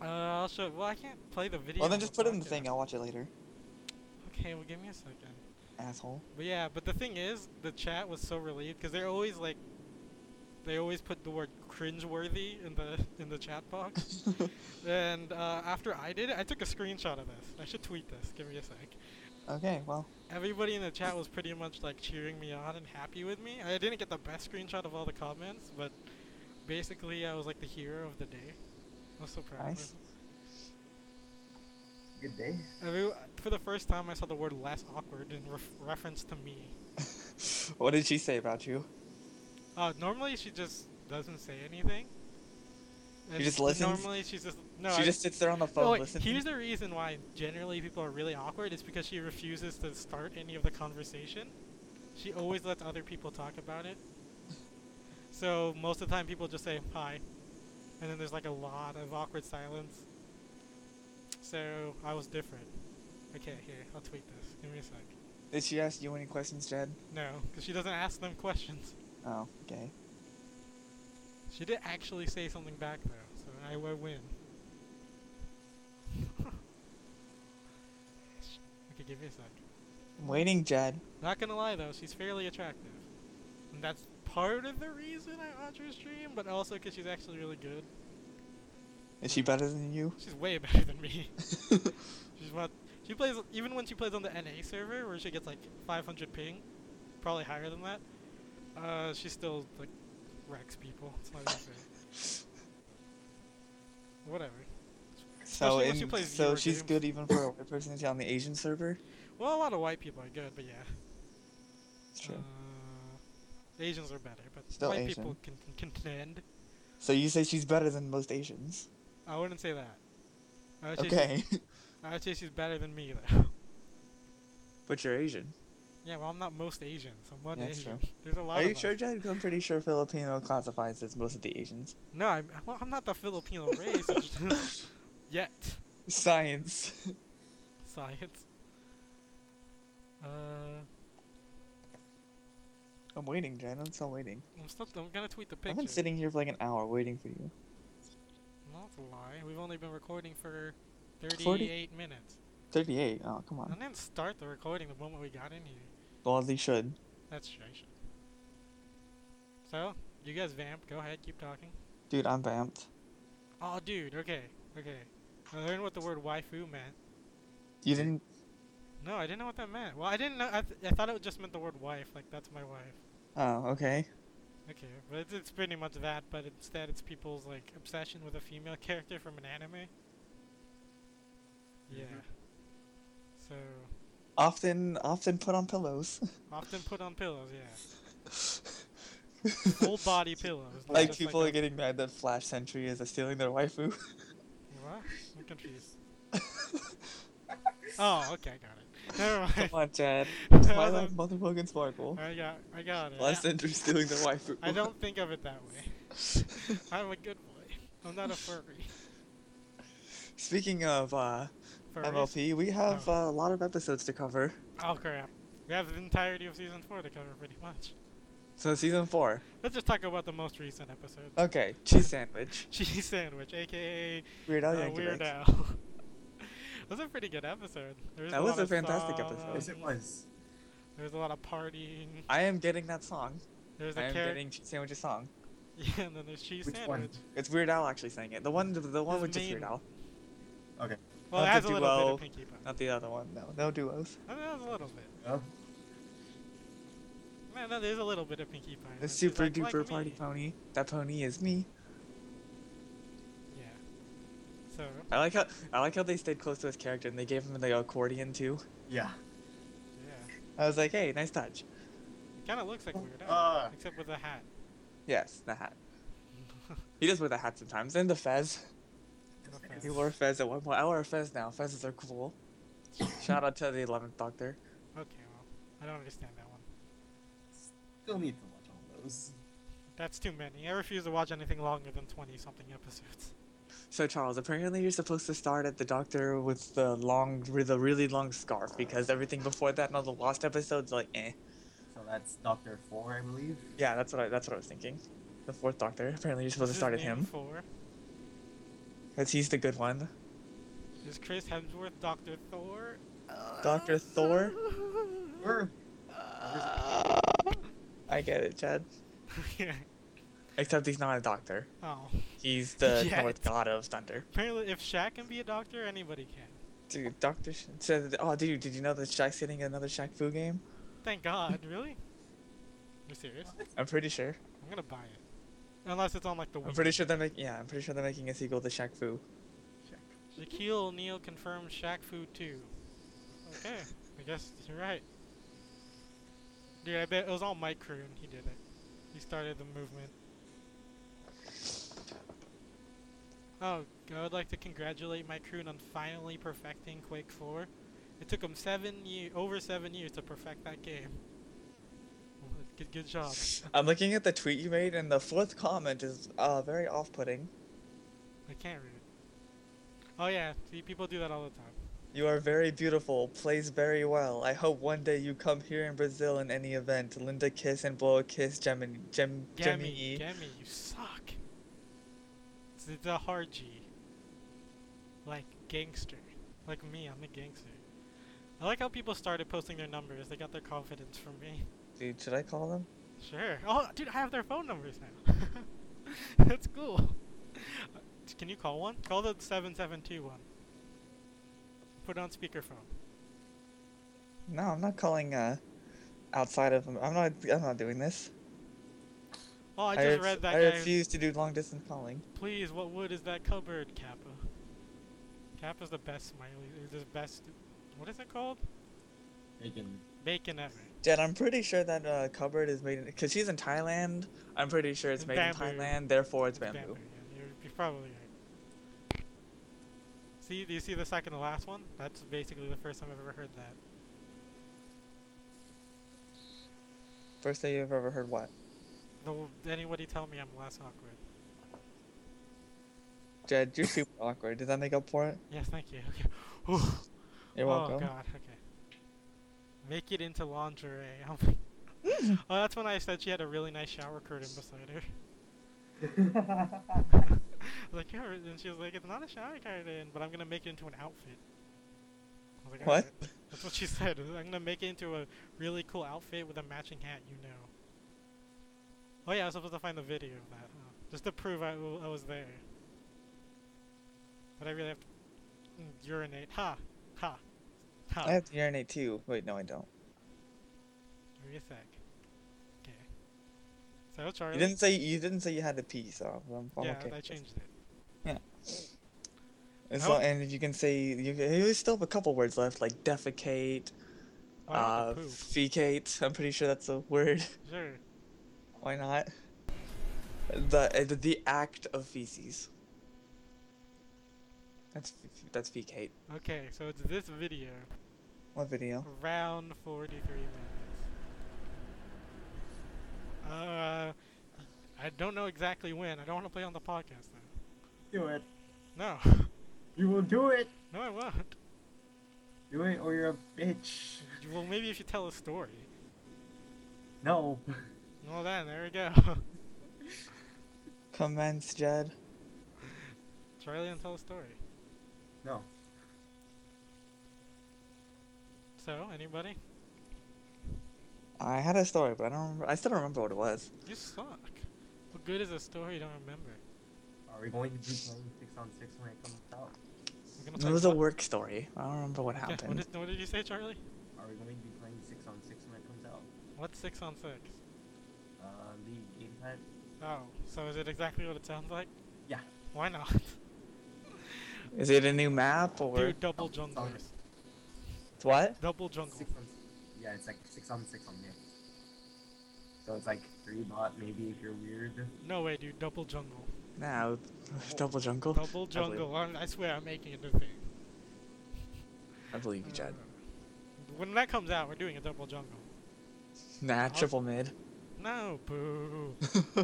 Uh, I'll show. Well, I can't play the video. Well, then on just put it in the thing. podcast. I'll watch it later. Okay, well, give me a second. Asshole. But yeah, but the thing is, the chat was so relieved because they're always like, they always put the word cringeworthy in the in the chat box. and uh, after I did it, I took a screenshot of this. I should tweet this. Give me a sec. okay. Well. everybody in the chat was pretty much like cheering me on and happy with me. I didn't get the best screenshot of all the comments, but basically I was like the hero of the day. I was so proud. of Nice. Good day. myself. Every, for the first time, I saw the word less awkward in ref- reference to me. what did she say about you? Uh, normally she just doesn't say anything. And just listens? Normally she's just no. she I- just sits there on the phone no, wait, listening. here's the reason why generally people are really awkward is because she refuses to start any of the conversation. She always lets other people talk about it. So most of the time people just say hi. And then there's like a lot of awkward silence. So I was different. Okay, here, I'll tweet this. Give me a sec. Did she ask you any questions, Jed? No, because she doesn't ask them questions. Oh, okay. She did actually say something back though, so I will win. okay, give me a sec. I'm waiting, Jed. Not gonna lie though, she's fairly attractive. And that's part of the reason I watch her stream, but also because she's actually really good. Is she better than you? She's way better than me. she's what she plays even when she plays on the NA server where she gets like 500 ping, probably higher than that. Uh, she still like wrecks people. It's not even fair. Whatever. so Especially when she in- plays so Euro she's games. good even for a white person who's on the Asian server. Well, a lot of white people are good, but yeah. It's true. Uh, Asians are better, but Still white Asian. people can, can contend. so you say she's better than most Asians. I wouldn't say that. I would say she's- Okay. I would say she's better than me though. but you're Asian. yeah, well, I'm not most Asians. I'm one Yeah, that's Asian. true. There's a lot. Are of you sure, us. Jed? 'Cause I'm pretty sure Filipino classifies as most of the Asians. No, I'm. Well, I'm not the Filipino race it's just- yet. Science. Science. Uh, I'm waiting, Jed. I'm still waiting. I'm still. I'm gonna tweet the I've picture. been sitting here for like an hour waiting for you. No, that's a lie. We've only been recording for 38 minutes. 38. Oh, come I on. didn't start the recording the moment we got in here. Well, they should. That's true. I should- So, you guys vamp. Go ahead. Keep talking. Dude, I'm vamped. Oh, dude. Okay. Okay. I learned what the word waifu meant. You didn't. No, I didn't know what that meant. Well, I didn't know. I, th- I thought it just meant the word wife. Like, that's my wife. Oh, okay. Okay. But it's, it's pretty much that, but instead it's people's, like, obsession with a female character from an anime. Yeah. So, Often, often put on pillows. often put on pillows, yeah. Full body pillows. not like just, people a- are getting mad that Flash Sentry is stealing their waifu. What? I'm confused. oh, okay, got it. Never Come mind. on, Chad. I Why was that like, motherfucking sparkle? I got, I got it. Flash I, Sentry stealing their waifu. I don't think of it that way. I'm a good boy. I'm not a furry. Speaking of uh, Furries? MLP, we have uh, a lot of episodes to cover. Oh crap. We have the entirety of season four to cover pretty much. So season four. Let's just talk about the most recent episode. Okay, cheese sandwich. Cheese sandwich, aka Weird Al uh, Yankovic. Weird Al. that was a pretty good episode. There That a was lot a of fantastic songs. episode. um, Yes, it was. There's a lot of partying. I am getting that song. There's I a am character. getting Cheese Sandwich's song. Yeah, and then there's cheese Which sandwich. one? It's Weird Al actually sang it. The one, the one His with just Weird main- Al, Well, it Not has the a little bit duo. of Pinkie Pie. not the other one. No, no duos. I mean, it has a little bit. Oh, Man, no, there's a little bit of Pinkie Pie. in The it. She's super like, duper "Like party me." pony. That pony is me. Yeah. So I like how I like how they stayed close to his character and they gave him the accordion too. yeah. yeah, I was like, hey, nice touch. it kind of looks like Weird uh. Al, Ah. except with a hat. Yes, the hat. He does wear the hat sometimes, and the fez. Okay. He wore a fez at one point. I wear a fez now. Fezes are cool. Shout out to the eleventh Doctor. Okay, well, I don't understand that one. Still need to watch all those. That's too many. I refuse to watch anything longer than 20 something episodes. So Charles, apparently you're supposed to start at the Doctor with the long, with the really long scarf because everything before that and all the lost episodes like, eh. So that's Doctor Four, I believe. Yeah, that's what I that's what I was thinking. The fourth Doctor. Apparently you're supposed to start at him Four. because he's the good one. Is Chris Hemsworth Doctor Thor? Doctor Thor. Or I get it, Chad. yeah. Except he's not a doctor. Oh. He's the Yet. North God of Thunder. Apparently, if Shaq can be a doctor, anybody can. Dude, Doctor Sh- said, "Oh, dude, did you know that Shaq's getting another Shaq Fu game? Thank God. Really? You're serious? I'm pretty sure. I'm gonna buy it. Unless it's on like the. I'm Wii. pretty sure they're making. Yeah, I'm pretty sure they're making a sequel to Shaq Fu. Shaquille O'Neal confirms Shaq Fu 2. Okay, I guess you're right. Dude, I bet it was all Mike Crew and he did it. He started the movement. Oh, I would like to congratulate Mike Crew on finally perfecting Quake 4. It took him seven year, over seven years to perfect that game. Good, good job. I'm looking at the tweet you made, and the fourth comment is uh, very off-putting. I can't read it. Oh yeah, see, people do that all the time. You are very beautiful. Plays very well. I hope one day you come here in Brazil in any event. Linda kiss and blow a kiss. Gemini, Gem, Gammy, Gemini. Gammy, you suck. It's the- the hard G. Like gangster. Like me, I'm a gangster. I like how people started posting their numbers. They got their confidence from me. Dude, should I call them? Sure. Oh, dude, I have their phone numbers now. That's cool. Uh, Can you call one? Call the 772 one. Put it on speakerphone. No, I'm not calling. Uh, outside of. I'm not. I'm not doing this. Oh, I just ref- read that I guy. refuse to do long distance calling. Please, what wood is that cupboard, Kappa? Kappa's the best smiley. Or the best. What is it called? they can. Bacon ever. Jed, I'm pretty sure that uh, cupboard is made because she's in Thailand. I'm pretty sure it's It's made in bamboo. Thailand, therefore Oh, it's bamboo. yeah, you're, you're probably right. See, do you see the second to last one? That's basically the first time I've ever heard that. First day you've ever heard what? No, anybody tell me I'm less awkward? Jed, you're super awkward. Does that make up for it? Yes, thank you. Okay. Whew. You're Oh welcome. god, okay. Make it into lingerie. Oh, my- oh, that's when I said she had a really nice shower curtain beside her. I was like, yeah, right," and she was like, it's not a shower curtain, but I'm gonna make it into an outfit. I was like, What? "Alright." That's what she said. I'm gonna make it into a really cool outfit with a matching hat, you know. Oh yeah, I was supposed to find the video of that, huh? just to prove I, w- I was there. But I really have to mm, urinate. Ha, ha, ha. I have to urinate too. Wait, no, I don't. Give me a sec. Okay. So Charlie. You didn't say you didn't say you had to pee, so I'm, I'm yeah, okay. I with this. changed it. As I long, would- and if you can say you, can- you still have a couple words left, like defecate, Oh, I uh, went to poop. fecate. I'm pretty sure that's a word. Sure. Why not? The uh, the act of feces. That's f- that's fecate. Okay, so it's this video, What video? round 43 minutes. Uh, I don't know exactly when. I don't want to play on the podcast though. Do it. No, You will do it. no, I won't. Do it, or you're a bitch. Well, maybe if you tell a story. No. Well, then there we go. Commence, Jed. Charlie and tell a story. No. So, anybody? I had a story, but I don't. Remember, I still don't remember what it was. You suck. What good is a story you don't remember? Are we going to be playing six on six when it comes out? We're It was a about- work story. I don't remember what Yeah, what, happened. did, what did you say, Charlie? Are we going to be playing six on six when it comes out? What's six on six? Uh, the game plan. Oh, so is it exactly what it sounds like? Yeah. Why not? Is it a new map or Do double Sounds like- junglers. what? Double jungle. Six on. Yeah, it's like six on six on there. So it's like three bot maybe if you're weird. No way, dude. Double jungle. Now, double jungle. Double I believe- jungle. I, I swear I'm making a new thing. I believe you, Jed. Uh, When that comes out, we're doing a double jungle. Nah, triple mid. No, boo. boo.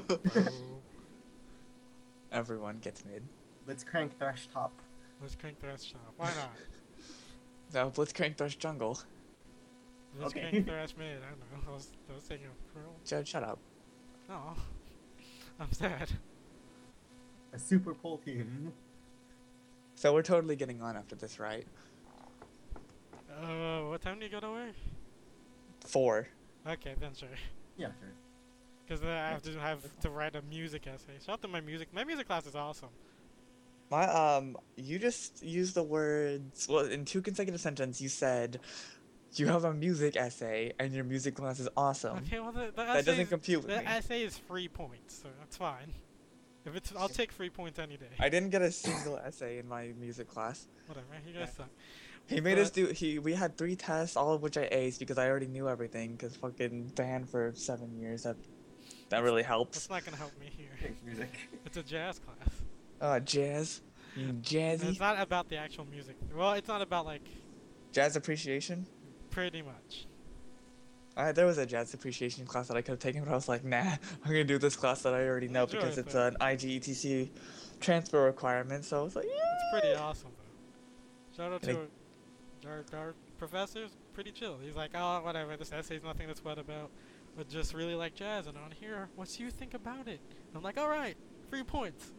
Everyone gets mid. Let's crank thrash top. Let's crank the rest shop. Why not? No, Blitzcrank Thresh Jungle. Let's Okay. crank the rest mid. I don't know. I was, I was thinking of Pearl. Jed, shut up. No. I'm sad. A super pole team. So we're totally getting on after this, right? Uh, what time do you go to work? Four. Okay, then sure. Yeah, sure. Because I have to have to write a music essay. Shout out to my music. My music class is awesome. My um, you just used the words. Well, in two consecutive sentences, you said you have a music essay and your music class is awesome. Okay, well the, the That essay doesn't is, compute with the me. essay is free points, so that's fine. If it's, I'll take free points any day. I didn't get a single essay in my music class. Whatever. You guys suck. He made us But- do. He we had three tests, all of which I aced because I already knew everything. Because fucking banned for seven years. That that really helps. That's not gonna help me here. Thanks, music. It's a jazz class. Uh, jazz, You And jazzy, It's not about the actual music. Well, it's not about like jazz appreciation. pretty much. I, there was a jazz appreciation class that I could have taken, but I was like, nah, I'm gonna do this class that I already know Sure, because it's but- an IGETC transfer requirement. So I was like, It's yeah. pretty awesome though. Shout out And to our, our, our professor's pretty chill. He's like, oh whatever, this essay's nothing to sweat about. But just really like jazz and on here, what's you think about it? I'm like, alright, free points.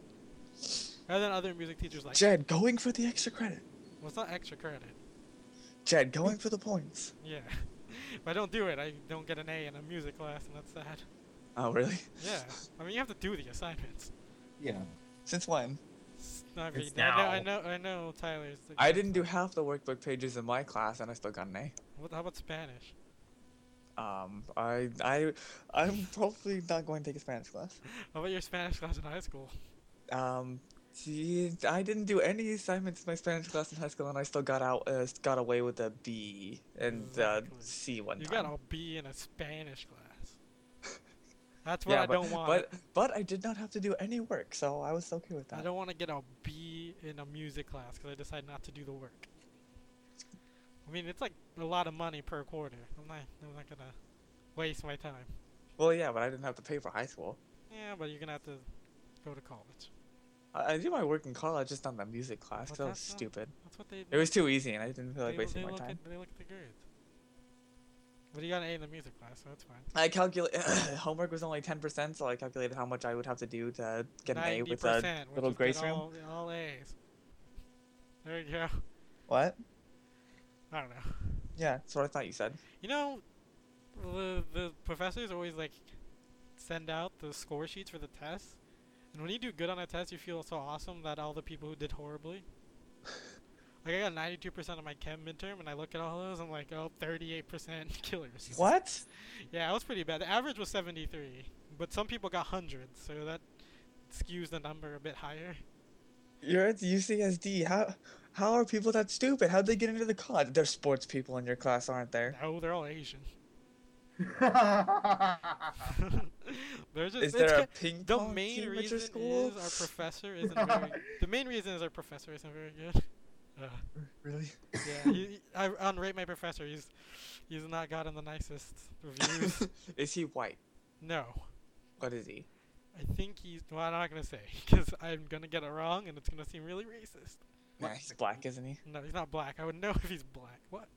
And then other music teachers like Jed going for the extra credit. well it's not extra credit. Jed going for the points. Yeah. if I don't do it, I don't get an A in a music class and that's sad. Oh really? Yeah. I mean you have to do the assignments. Yeah. Since when? It's not really It's I now. know I know I know Tyler's the I didn't do half the workbook pages in my class, and I still got an A. what, how about Spanish? Um, I, I, I'm probably not going to take a Spanish class. How about your Spanish class in high school? Um, see, I didn't do any assignments in my Spanish class in high school, and I still got out, uh, got away with a B and uh, Exactly. C one Mm, You time. got a B in a Spanish class. That's what I but, don't want. But but I did not have to do any work, so I was okay with that. I don't want to get a B in a music class because I decided not to do the work. I mean, it's like a lot of money per quarter. I'm not, I'm not gonna waste my time. Well, yeah, but I didn't have to pay for high school. Yeah, but you're gonna have to go to college. I, I did my work in college, just not in the music class. 'cause But that was that's not- stupid. That's what they. It was too easy, and I didn't feel they, like wasting they my look time. At, they look at the grades. But you got an A in the music class, so that's fine. I calculate homework was only ten percent, so I calculated how much I would have to do to get an A with a 90%, which little is good, grace room. All, all A's. There you go. What? I don't know. Yeah, that's what I thought you said. You know, the the professors always like send out the score sheets for the tests, and when you do good on a test, you feel so awesome that all the people who did horribly. Like I got 92% on my chem midterm, and I look at all those, I'm like, oh, 38% killers. What? Yeah, I was pretty bad. The average was 73, but some people got hundreds, so that skews the number a bit higher. You're at UCSD. How how are people that stupid? How'd they get into the college? There's sports people in your class, aren't there? No, they're all Asian. yeah, they're just, Is it's there ki- a ping The pong main team at reason your school? is our professor isn't very. The main reason is our professor isn't very good. Uh, Really? yeah, he, I unrate my professor. He's he's not gotten the nicest reviews. is he white? no, What is he? I think he's. Well, I'm not gonna say because I'm gonna get it wrong and it's gonna seem really racist. Nah, What? he's black, isn't he? No, he's not black. I would know if he's black. What?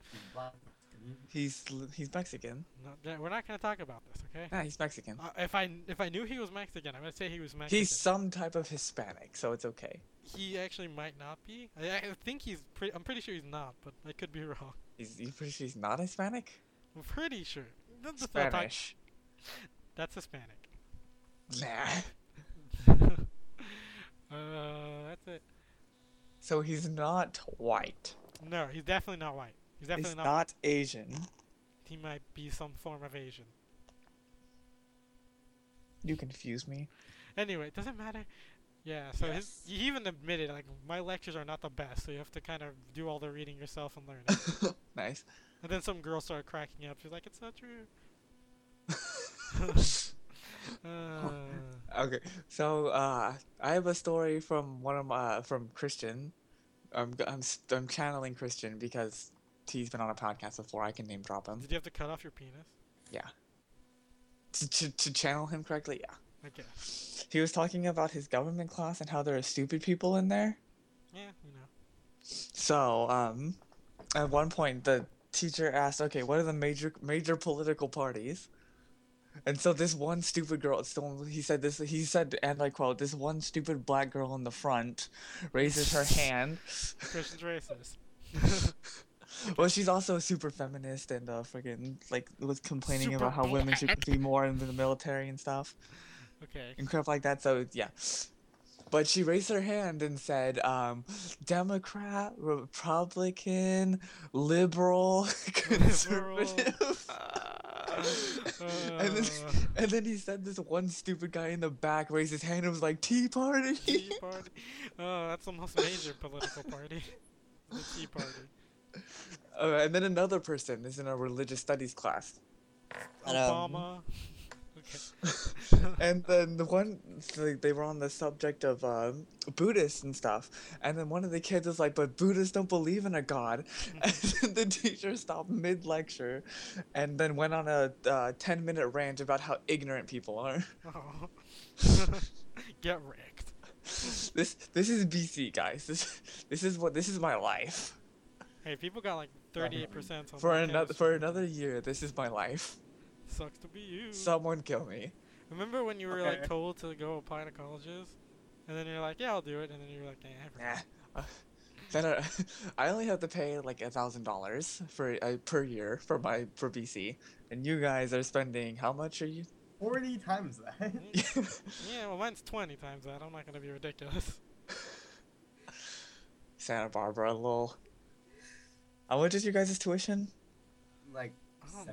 He's l- he's Mexican. No, that- we're not gonna talk about this, okay? Nah, he's Mexican. Uh, if I if I knew he was Mexican, I would say he was Mexican. He's some type of Hispanic, so it's okay. he actually might not be. I, I think he's. Pre- I'm pretty sure he's not, but I could be wrong. He's you pretty sure he's not Hispanic? I'm pretty sure. that's not talk- Spanish. That's Hispanic. Nah. uh, that's it. So he's not white. No, he's definitely not white. He's definitely he's not. not, Asian. He might be some form of Asian. You confuse me. Anyway, it doesn't matter. Yeah, so his, he even admitted like my lectures are not the best, so you have to kind of do all the reading yourself and learn it. nice. and then some girl started cracking up. She's like, "It's not true." Uh, Okay, so uh, I have a story from one of my uh, from Christian. I'm g- I'm s- I'm channeling Christian because he's been on a podcast before. I can name drop him did you have to cut off your penis? to to, to channel him correctly. Yeah, Okay. he was talking about his government class and how there are stupid people in there. Yeah, you know. So um, at one point the teacher asked, "Okay, what are the major major political parties?" And so this one stupid girl, it's the one- he said this, he said, and I quote, this one stupid black girl in the front raises her hand. Christian's racist. Well, she's also a super feminist and uh, freaking like was complaining Super about how women should black. be more in the military and stuff Okay. and crap like that. So yeah, but she raised her hand and said, um, "Democrat, Republican, liberal, conservative." and, Uh. then, and then he said, "This one stupid guy in the back raised his hand and was like, Tea Party." Tea Party. Oh, that's the most major political party. The Tea Party. Uh, and then another person is in a religious studies class. And, um, Obama. Okay. and then the one like, they were on the subject of um, Buddhists and stuff, and then one of the kids was like, "But Buddhists don't believe in a god," and then the teacher stopped mid lecture, and then went on a uh, ten minute rant about how ignorant people are. Oh. Get wrecked. this this is BC guys. This this is what this is my life Hey, people got like 38% on for their another chemistry. for another year. This is my life. Sucks to be you. Someone kill me. Remember when you were like Okay. told to go apply to colleges? And then you're like, yeah, I'll do it. And then you're like, nah, I forgot." Nah. Uh, Then I, I only have to pay like a thousand dollars for uh, per year for my for BC, and you guys are spending how much are you? Forty times that. Yeah, well, mine's 20 times that. I'm not going to be ridiculous. Santa Barbara, lol. How much is you guys' tuition? like. I don't know.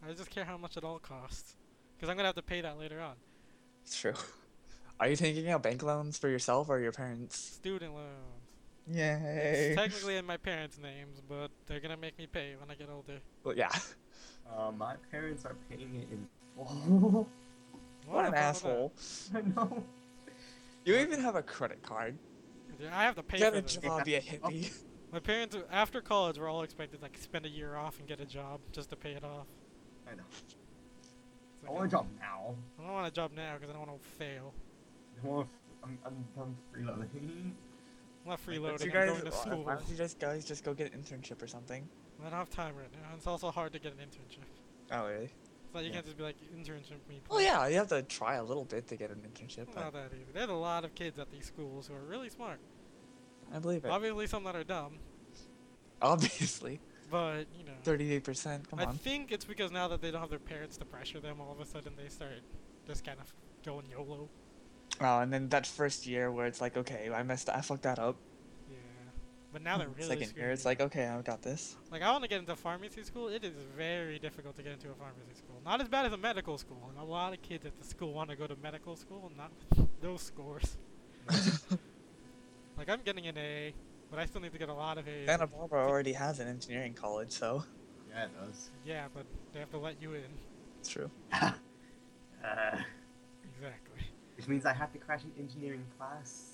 17. I just care how much it all costs. Because I'm going to have to pay that later on. It's true. Are you taking out bank loans for yourself or your parents? Student loans. Yay! It's technically in my parents' names, but they're gonna make me pay when I get older. Well, yeah. Uh, my parents are paying it in full. What am an I gonna asshole. I know. You even have a credit card. do? I have to pay Get for a this. job, you hippie. My parents, after college, were all expected like spend a year off and get a job just to pay it off. I know. It's I like, want a job now. I don't want a job now because I don't want to fail. I want. I'm, I'm done freeloading. I'm not Why don't freeloading. you I'm guys, going to why- school. why don't you just guys just go get an internship or something? I don't have time right now. and It's also hard to get an internship. Oh really? It's like you Yeah. can't just be like internship me. Well, Oh, please." yeah, you have to try a little bit to get an internship. It's But... Not that easy. There's a lot of kids at these schools who are really smart. I believe it. Obviously, some that are dumb, Obviously, but you know. thirty-eight percent. Come I on. think it's because now that they don't have their parents to pressure them, all of a sudden they start just kind of going YOLO. Oh, and then that first year where it's like, okay, I messed, I fucked that up. Yeah. But now they're really Second year, Hmm, it's screwed. like, okay, I've got this. like I want to get into pharmacy school. It is very difficult to get into a pharmacy school. Not as bad as a medical school, and a lot of kids at the school want to go to medical school, and not those scores. like I'm getting an A, but I still need to get a lot of A's. Santa and- Barbara already has an engineering college, so Yeah, it does. Yeah, but they have to let you in. it's true. Uh, Exactly. which means I have to crash an engineering class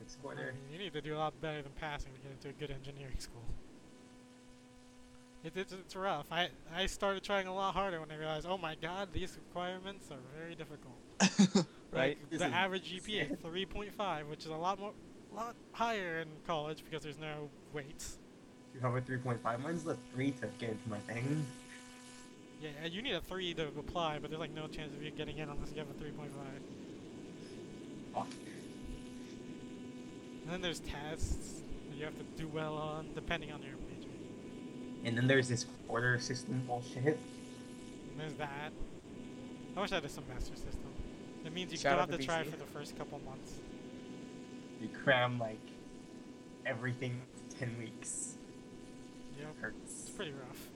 next I quarter. mean, you need to do a lot better than passing to get into a good engineering school. It, it's, it's rough. I, I started trying a lot harder when I realized, oh my god, these requirements are very difficult. Right? Like, This the is average GPA, 3.5, which is a lot more, lot higher in college because there's no weights. You have a 3.5. Mine's the 3 to get into my thing. Yeah, and you need a 3 to apply, but there's like no chance of you getting in unless you have a 3.5. Fuck. And then there's tests that you have to do well on, depending on your major. And then there's this order system bullshit. And there's that. I wish I had a semester system. It means you Shout don't out have to to try BC. for the first couple months. You cram like everything into ten weeks. Yep. Hurts. It's pretty rough.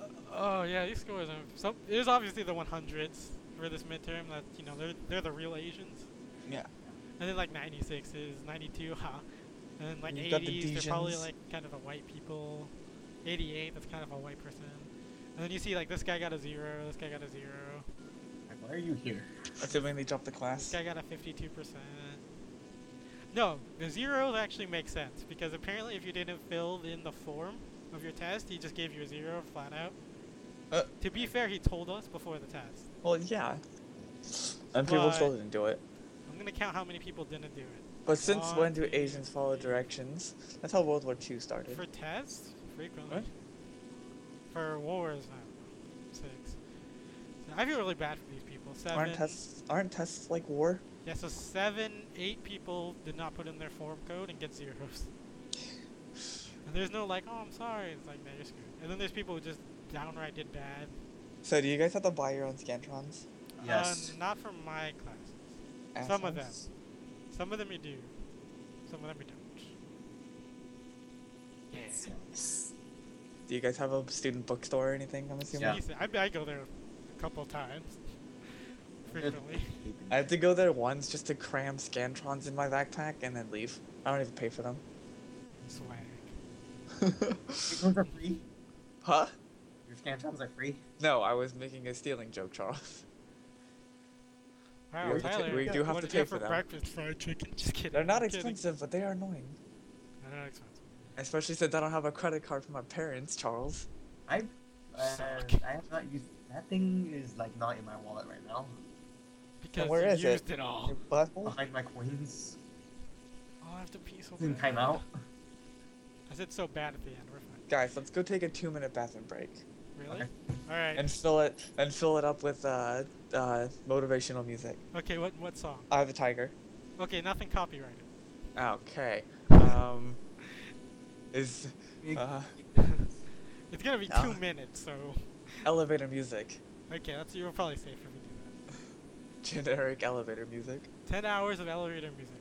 Uh, Oh yeah, these scores are some. It is obviously the 100s for this midterm that you know they're they're the real Asians, Yeah. and then like 96s, 92, huh? And then like You've 80s, got the they're probably Dijons. like kind of a white people. 88, that's kind of a white person. And then you see like this guy got a zero, this guy got a zero, Like, why are you here? Assuming they dropped the this class. guy got a 52 percent. No, the zeros actually make sense because apparently if you didn't fill in the form of your test, he just gave you a zero flat out. Uh, To be fair, he told us before the test. well, yeah. And people But- still didn't do it. I'm gonna count how many people didn't do it. But since when do One, Asians follow two. directions? That's how World War II started. For tests, frequently. What? For wars, I don't know. Six. So I feel really bad for these people. 7 Aren't tests aren't tests like war? Yeah, so seven, eight people did not put in their form code and get zeros. And there's no like, oh, I'm sorry. It's like, no, you're screwed. And then there's people who just downright did bad. So do you guys have to buy your own scantrons? Yes. Uh, not for my class. Some of them. Some of them you do. Some of them you don't. Yeah. Yes. Do you guys have a student bookstore or anything? I'm assuming. Yeah. Decent. I, I go there a couple times. Frequently. I have to go there once just to cram scantrons in my backpack and then leave. I don't even pay for them. Swag. These ones are free. huh? Your scantrons are free. No, I was making a stealing joke, Charles. Wow, have to ta- Tyler, we do have what to did you have pay for for them. breakfast? Fried chicken? Just kidding. They're not I'm kidding. expensive, but they are annoying. They're not expensive. Especially since I don't have a credit card from my parents, Charles. I, uh, Suck. I have not used. That thing is like not in my wallet right now. Because where you is it? used it all. Butthole? Behind my coins. Oh, I have to pee so It's in bad. timeout. I said so bad at the end. We're fine. Guys, let's go take a two minute bathroom break. Really? Okay. All right. And fill it and fill it up with uh, uh, motivational music. okay. What what song? I have a tiger. Okay, nothing copyrighted. Okay. Um is uh, It's gonna be Oh. Ah. two minutes, so elevator music. okay. That's you're probably safe if we do that. Generic elevator music. Ten hours of elevator music.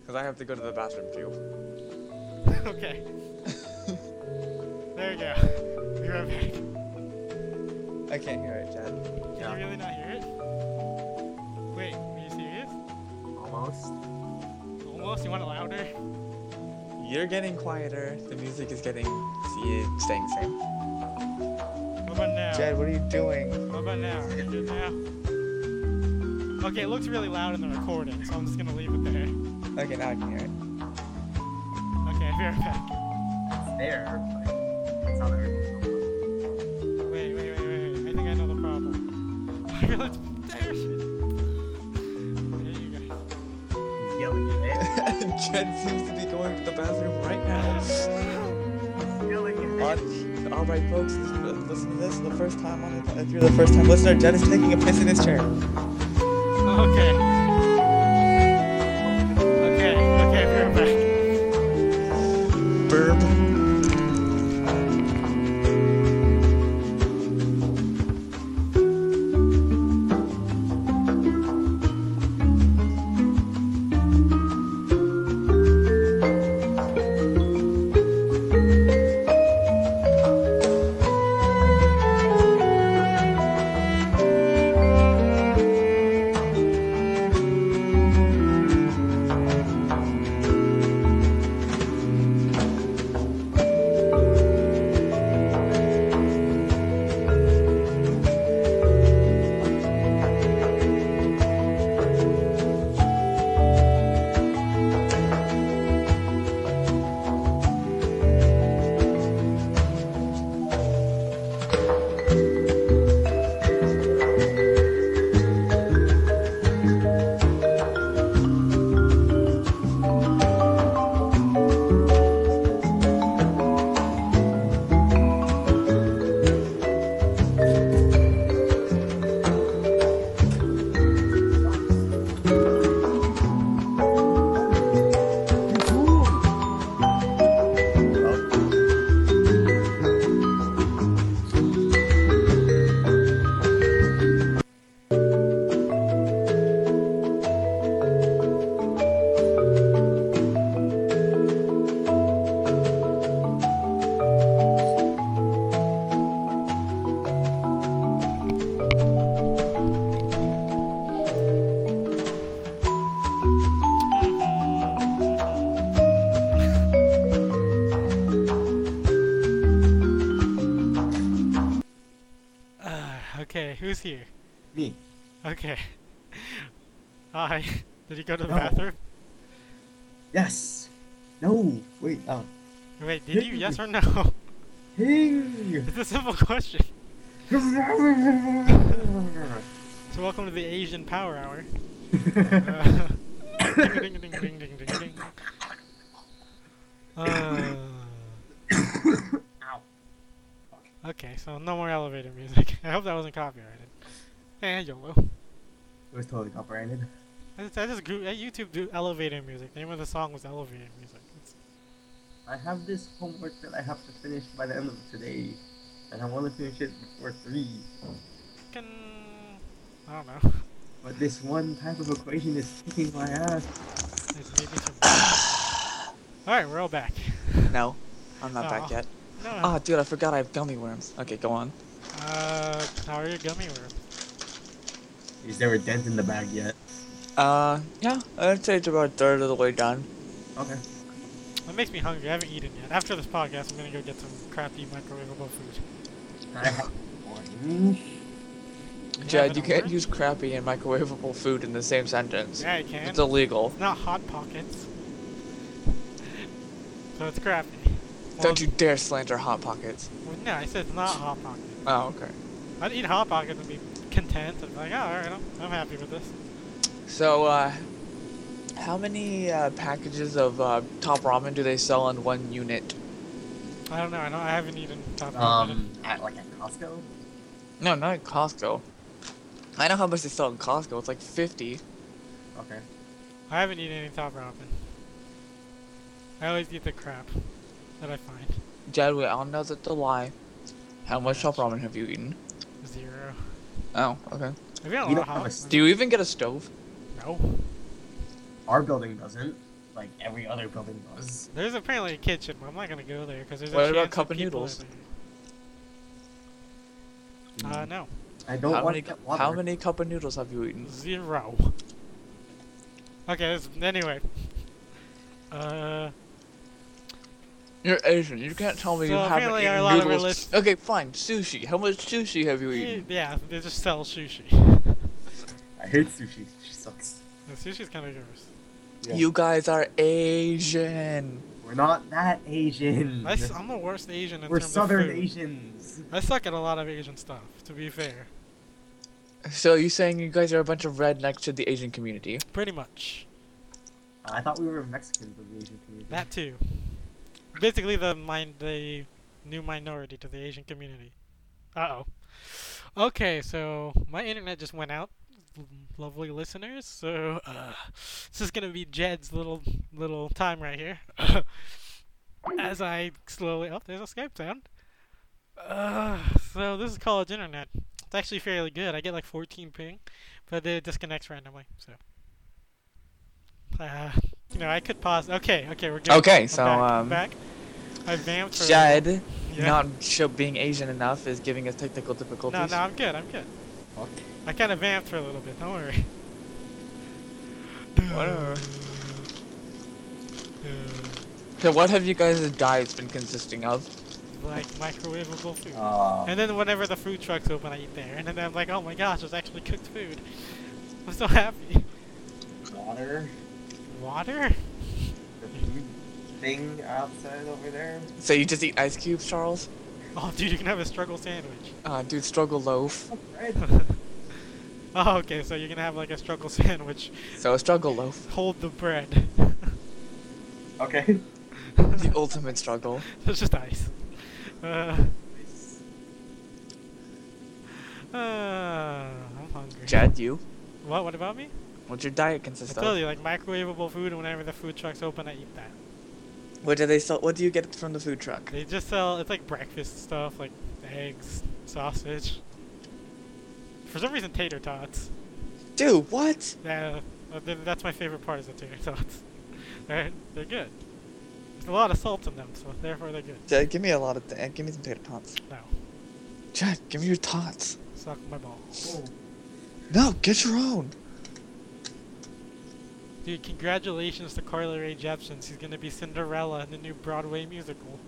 Because I have to go to the bathroom too. Okay. okay. there you go. Be right back. I can't hear it, Chad. Can Yeah. you really not hear it? Wait, are you serious? Almost. Almost? You want it louder? You're getting quieter. The music is getting see, staying the same. What about now? Jed, what are you doing? What about now? Are you good now? Okay, it looks really loud in the recording, so I'm just gonna leave it there. Okay, now I can hear it. Okay, be right back. It's there, but it's not there. Wait, wait, wait, wait, wait. I think I know the problem. I realized there she There you go. He's yelling at Jed seems to be going to the bathroom right now. it. He's yelling at it. On- all right, folks, listen listen to this. The first time on the, if you're the first time listener, Jed is taking a piss in his chair. Okay. Okay, okay, we're back. Burb. here? Me. Okay. Hi. Did he go to the No. bathroom? Yes. No. Wait. Oh. Wait, did you? Yes or no? Hey. It's a simple question. So welcome to the Asian Power Hour. Uh, ding, ding, ding, ding, ding, ding, ding. Uh, Ow. okay, so no more elevator music. I hope that wasn't copyrighted. Eh, YOLO. It was totally copyrighted. I just, I just Goo- uh, YouTube do elevator music. The name of the song was elevator music. It's, I have this homework that I have to finish by the end of today, and I want to finish it before three. can, I don't know. But this one type of equation is kicking my ass. It's maybe some. All right, we're all back. No, I'm not Aw. back yet. No. Ah, dude, I forgot I have gummy worms. Okay, go on. Uh, how are your gummy worms? Is there a dent in the bag yet? Uh, yeah, I'd say it's about a third of the way done. Okay. That makes me hungry. I haven't eaten yet. After this podcast, I'm gonna go get some crappy microwavable food. I have orange. You Jed, have you an can't orange? use crappy and microwavable food in the same sentence. Yeah, I can. It's illegal. It's not hot pockets. so it's crappy. Don't you dare slander Hot Pockets. Well, no, I said it's not hot pocket. Oh, okay. I'd eat hot pockets and be content and be like, oh, all right, I'm, I'm happy with this. So, uh, how many uh, packages of uh, top ramen do they sell in one unit? I don't know. I don't. I haven't eaten top pocket. Um, at like at Costco. No, not at Costco. I know how much they sell in Costco. It's like 50. Okay. I haven't eaten any top ramen. I always eat the crap that I find. Jed, we all know that's a lie. How much top ramen have you eaten? Zero. Oh, okay. I've eaten a You lot don't of have a hot. Do you even get a stove? No. Our building doesn't. Like every other building does. There's apparently a kitchen, but I'm not gonna go there because there's a What about chance cup that of people are noodles? there. Uh, no, I don't how want many to get cu- how many cup of noodles have you eaten? zero. Okay, this, anyway. Uh, You're Asian. You can't tell me So you haven't apparently eaten a lot of our noodles. list- Okay, fine. Sushi. How much sushi have you y- eaten? yeah, they just sell sushi. I hate sushi. She sucks. The sushi's kind of gross. Yeah. You guys are Asian. We're not that Asian. I, am the worst Asian in We're terms Southern of food. Asians. I suck at a lot of Asian stuff, to be fair. So you saying you guys are a bunch of rednecks to the Asian community? Pretty much. Uh, I thought we were Mexicans of the Asian community. That too. Basically, the min- the new minority to the Asian community. Uh oh. Okay, so my internet just went out, l- lovely listeners. So uh, this is gonna be Jed's little little time right here. As I slowly, oh, there's a Skype sound. Uh, so this is college internet. It's actually fairly good. I get like 14 ping, but it disconnects randomly. So. Uh, you know, I could pause. Okay, okay, we're good. Okay, I'm so, back, I'm um, back. I vamped for Jed, yeah. not show being Asian enough is giving us technical difficulties. No, no, I'm good. I'm good. Fuck. I kind of vamped for a little bit. Don't worry. Whatever. So what have you guys' diets been consisting of? Like microwavable food. Uh, and then whenever the food trucks open, I eat there. And then I'm like, oh my gosh, there's actually cooked food. I'm so happy. water. Water? The food thing outside over there. So you just eat ice cubes, Charles? Oh, dude, you can have a struggle sandwich. Uh, dude, struggle loaf. Oh, bread. oh, okay, so you're gonna have like a struggle sandwich. So a struggle loaf, Hold the bread. Okay. the ultimate struggle. it's just ice. Uh, uh, I'm hungry. Jed, you? What? What about me? What's your diet I consist of? told you, like microwavable food, and whenever the food trucks open, I eat that. What do they sell? What do you get from the food truck? They just sell it's like breakfast stuff, like eggs, sausage. For some reason, tater tots. Dude, what? Yeah, uh, th- that's my favorite part is the tater tots. they're, they're good. There's a lot of salt in them, so therefore they're good. Jed, give me a lot of th- give me some tater tots. No, Jed, give me your tots. suck my balls, Oh, No, get your own. dude. Congratulations to Carly Rae Jepsen. She's gonna be Cinderella in the new Broadway musical.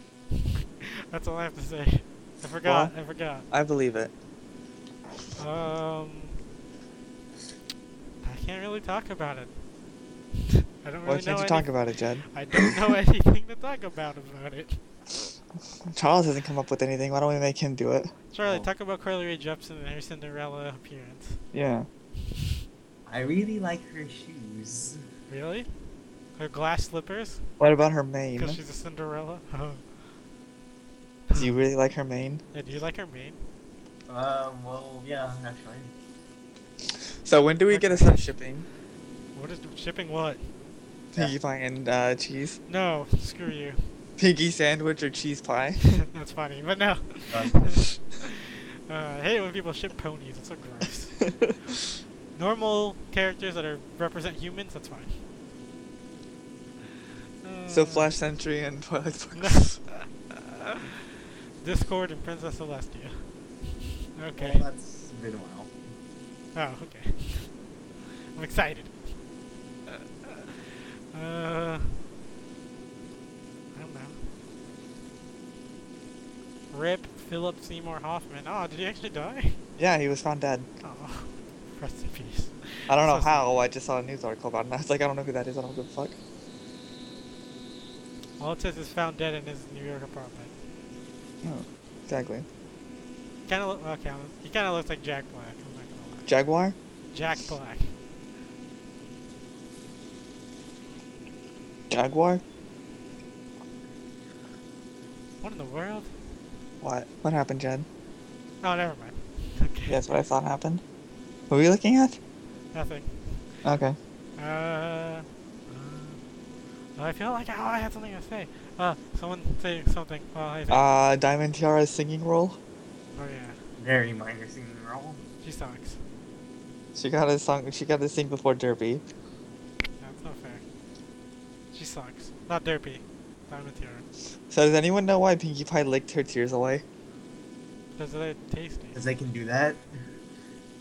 that's all I have to say. I forgot. I forgot. I believe it. Um, I can't really talk about it. I don't Why really know can't you any- talk about it, Jed? I don't know anything to talk about about it. Charles hasn't come up with anything. Why don't we make him do it? Charlie, Oh. talk about Carly Rae Jepsen and her Cinderella appearance. Yeah. I really like her shoes. Really? Her glass slippers? What about her mane? Because she's a Cinderella? Do you really like her mane? Yeah, do you like her mane? Um, well, yeah, actually. So when do we get to stop shipping? What is shipping what? Yeah. Piggy pie and uh, cheese. No, screw you. Piggy sandwich or cheese pie. That's funny, but no. Um, Uh, I hate when people ship ponies. It's so gross. Normal characters that are represent humans. That's fine. so Uh, Flash Sentry and Twilight No. Sparkle. Discord and Princess Celestia. Okay. well, that's been a while. Oh, okay. I'm excited. Uh, I don't know. Rip Philip Seymour Hoffman. Oh, did he actually die? yeah, he was found dead. Oh, rest in peace. I don't know So- how. I just saw a news article about it. And I was like, I don't know who that is. I don't give a fuck. All it says is found dead in his New York apartment. Oh, Exactly. Kind of look okay. I'm- He kind of looks like Jack Black. I'm not gonna lie. Jaguar. Jack Black. Jaguar. What in the world? What? What happened, Jed? Oh, never mind. Okay. Yeah, that's what I thought happened. What were you looking at? Nothing. Okay. Uh, uh, I feel like oh, I had something to say. Uh, someone say something. while I think. Uh, Diamond Tiara's singing role. oh yeah, Very minor singing role. she sucks. She got a song. She got to sing before Derby. That's not fair. She sucks. Not derpy. Diamond tiara. So does anyone know why Pinkie Pie licked her tears away? Because they taste tasty. Because they can do that.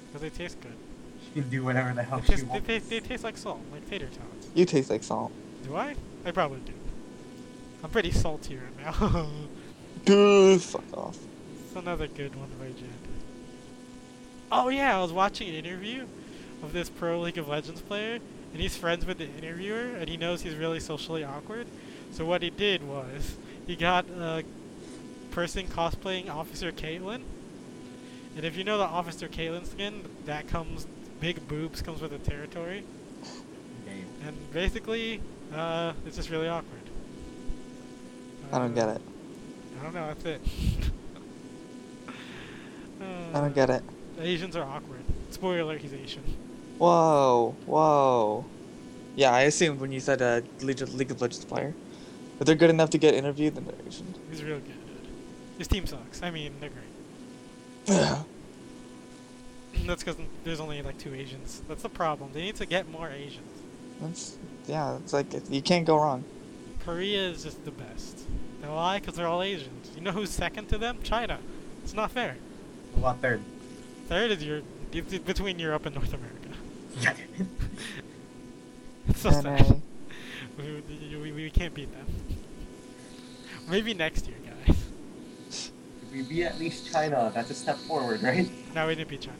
Because they taste good. She can do whatever the hell They Oh, she taste, they, wants. taste, they taste like salt, like tater tots. You taste like salt. Do I? I probably do. I'm pretty salty right now. Dude, fuck off. It's another good one by Jed. Oh yeah, I was watching an interview of this pro League of Legends player, and he's friends with the interviewer, and he knows he's really socially awkward. So what he did was he got a person cosplaying Officer Caitlyn, and if you know the Officer Caitlyn skin, that comes big boobs comes with the territory, Damn. and basically uh, it's just really awkward. Uh, I don't get it. I don't know. That's it. I Uh, don't get it. Asians are awkward. Spoiler alert, he's Asian. Whoa, whoa. Yeah, I assumed when you said uh, League of League of Legends player, if they're good enough to get interviewed, then they're Asian. He's real good. dude. His team sucks. I mean, they're great. That's because there's only like two Asians. That's the problem. They need to get more Asians. That's yeah. It's like you can't go wrong. Korea is just the best. They lie because they're all Asians. You know who's second to them? China. It's not fair. What third? Third is your it's between Europe and North America. God It's so And, sad. uh, We, we, we can't beat them. Maybe next year, guys. If we beat at least China, that's a step forward, right? No, we didn't beat China.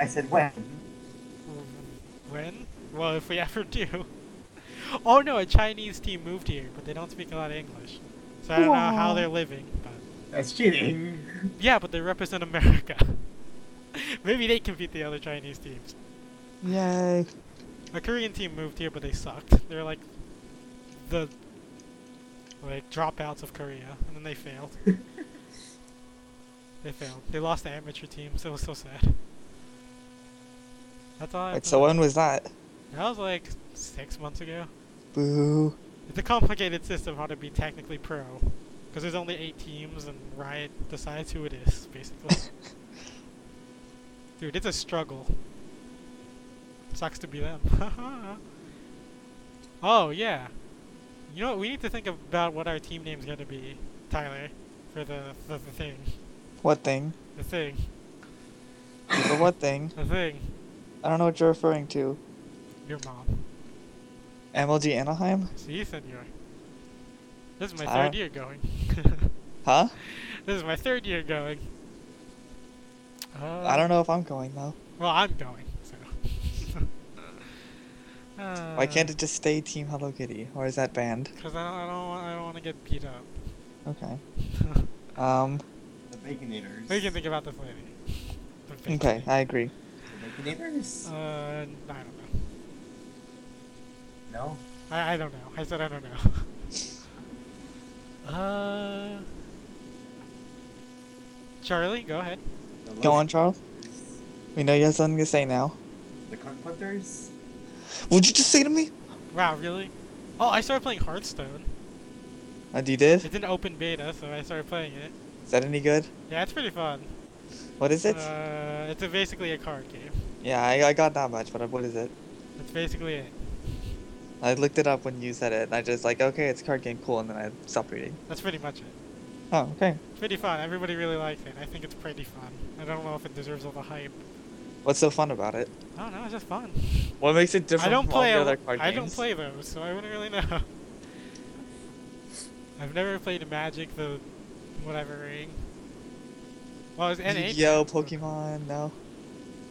I said when. When? Well, if we ever do. Oh no, a Chinese team moved here, but they don't speak a lot of English. So I don't know how Wow. they're living. But That's cheating. yeah, but they represent America. Maybe they can beat the other Chinese teams. yay. A Korean team moved here, but they sucked. They're like the like dropouts of Korea, and then they failed. they failed. They lost the amateur team, so it was so sad. That's all. I have Wait, to so know. when was that? That was like six months ago. Boo. It's a complicated system how to be technically pro, because there's only eight teams and Riot decides who it is, basically. Dude, it's a struggle. Sucks to be them. oh yeah, you know what? We need to think about what our team name's gonna be, Tyler, for the the, the thing, What thing? the thing, The what thing? the thing. I don't know what you're referring to. Your mom. MLG Anaheim? See, senor. This is my Tyler? third year going. Huh? This is my third year going. Uh, I don't know if I'm going though. Well, I'm going. So. uh, Why can't it just stay Team Hello Kitty, or is that banned? Because I don't, I don't, want, I don't want to get beat up. Okay. Um. The Baconators. we can think about this lady. The fake Okay, lady. I agree. The Baconators? Uh, I don't know. no. I, I don't know. I said I don't know. uh, Charlie, go ahead. The Go Lotus- on, Charles. We know you have something to say now. The Cunt Clippers? Would you just say to me? Wow, really? Oh, I started playing Hearthstone. Uh, you did? It's an open beta, so I started playing it. Is that any good? Yeah, it's pretty fun. What is it? Uh, it's a, basically a card game. yeah, I, I got that much, but what is it? That's basically it. I looked it up when you said it, and I just like, okay, it's a card game, cool, and then I stopped reading. That's pretty much it. Oh, okay. Pretty fun. Everybody really likes it. I think it's pretty fun. I don't know if it deserves all the hype. What's so fun about it? I don't know. It's just fun. What makes it different I don't from all play. the a- other card I games? don't play those, so I wouldn't really know. I've never played Magic, the whatever ring. Well, it's NA. Yu-Gi-Oh, Pokemon, no.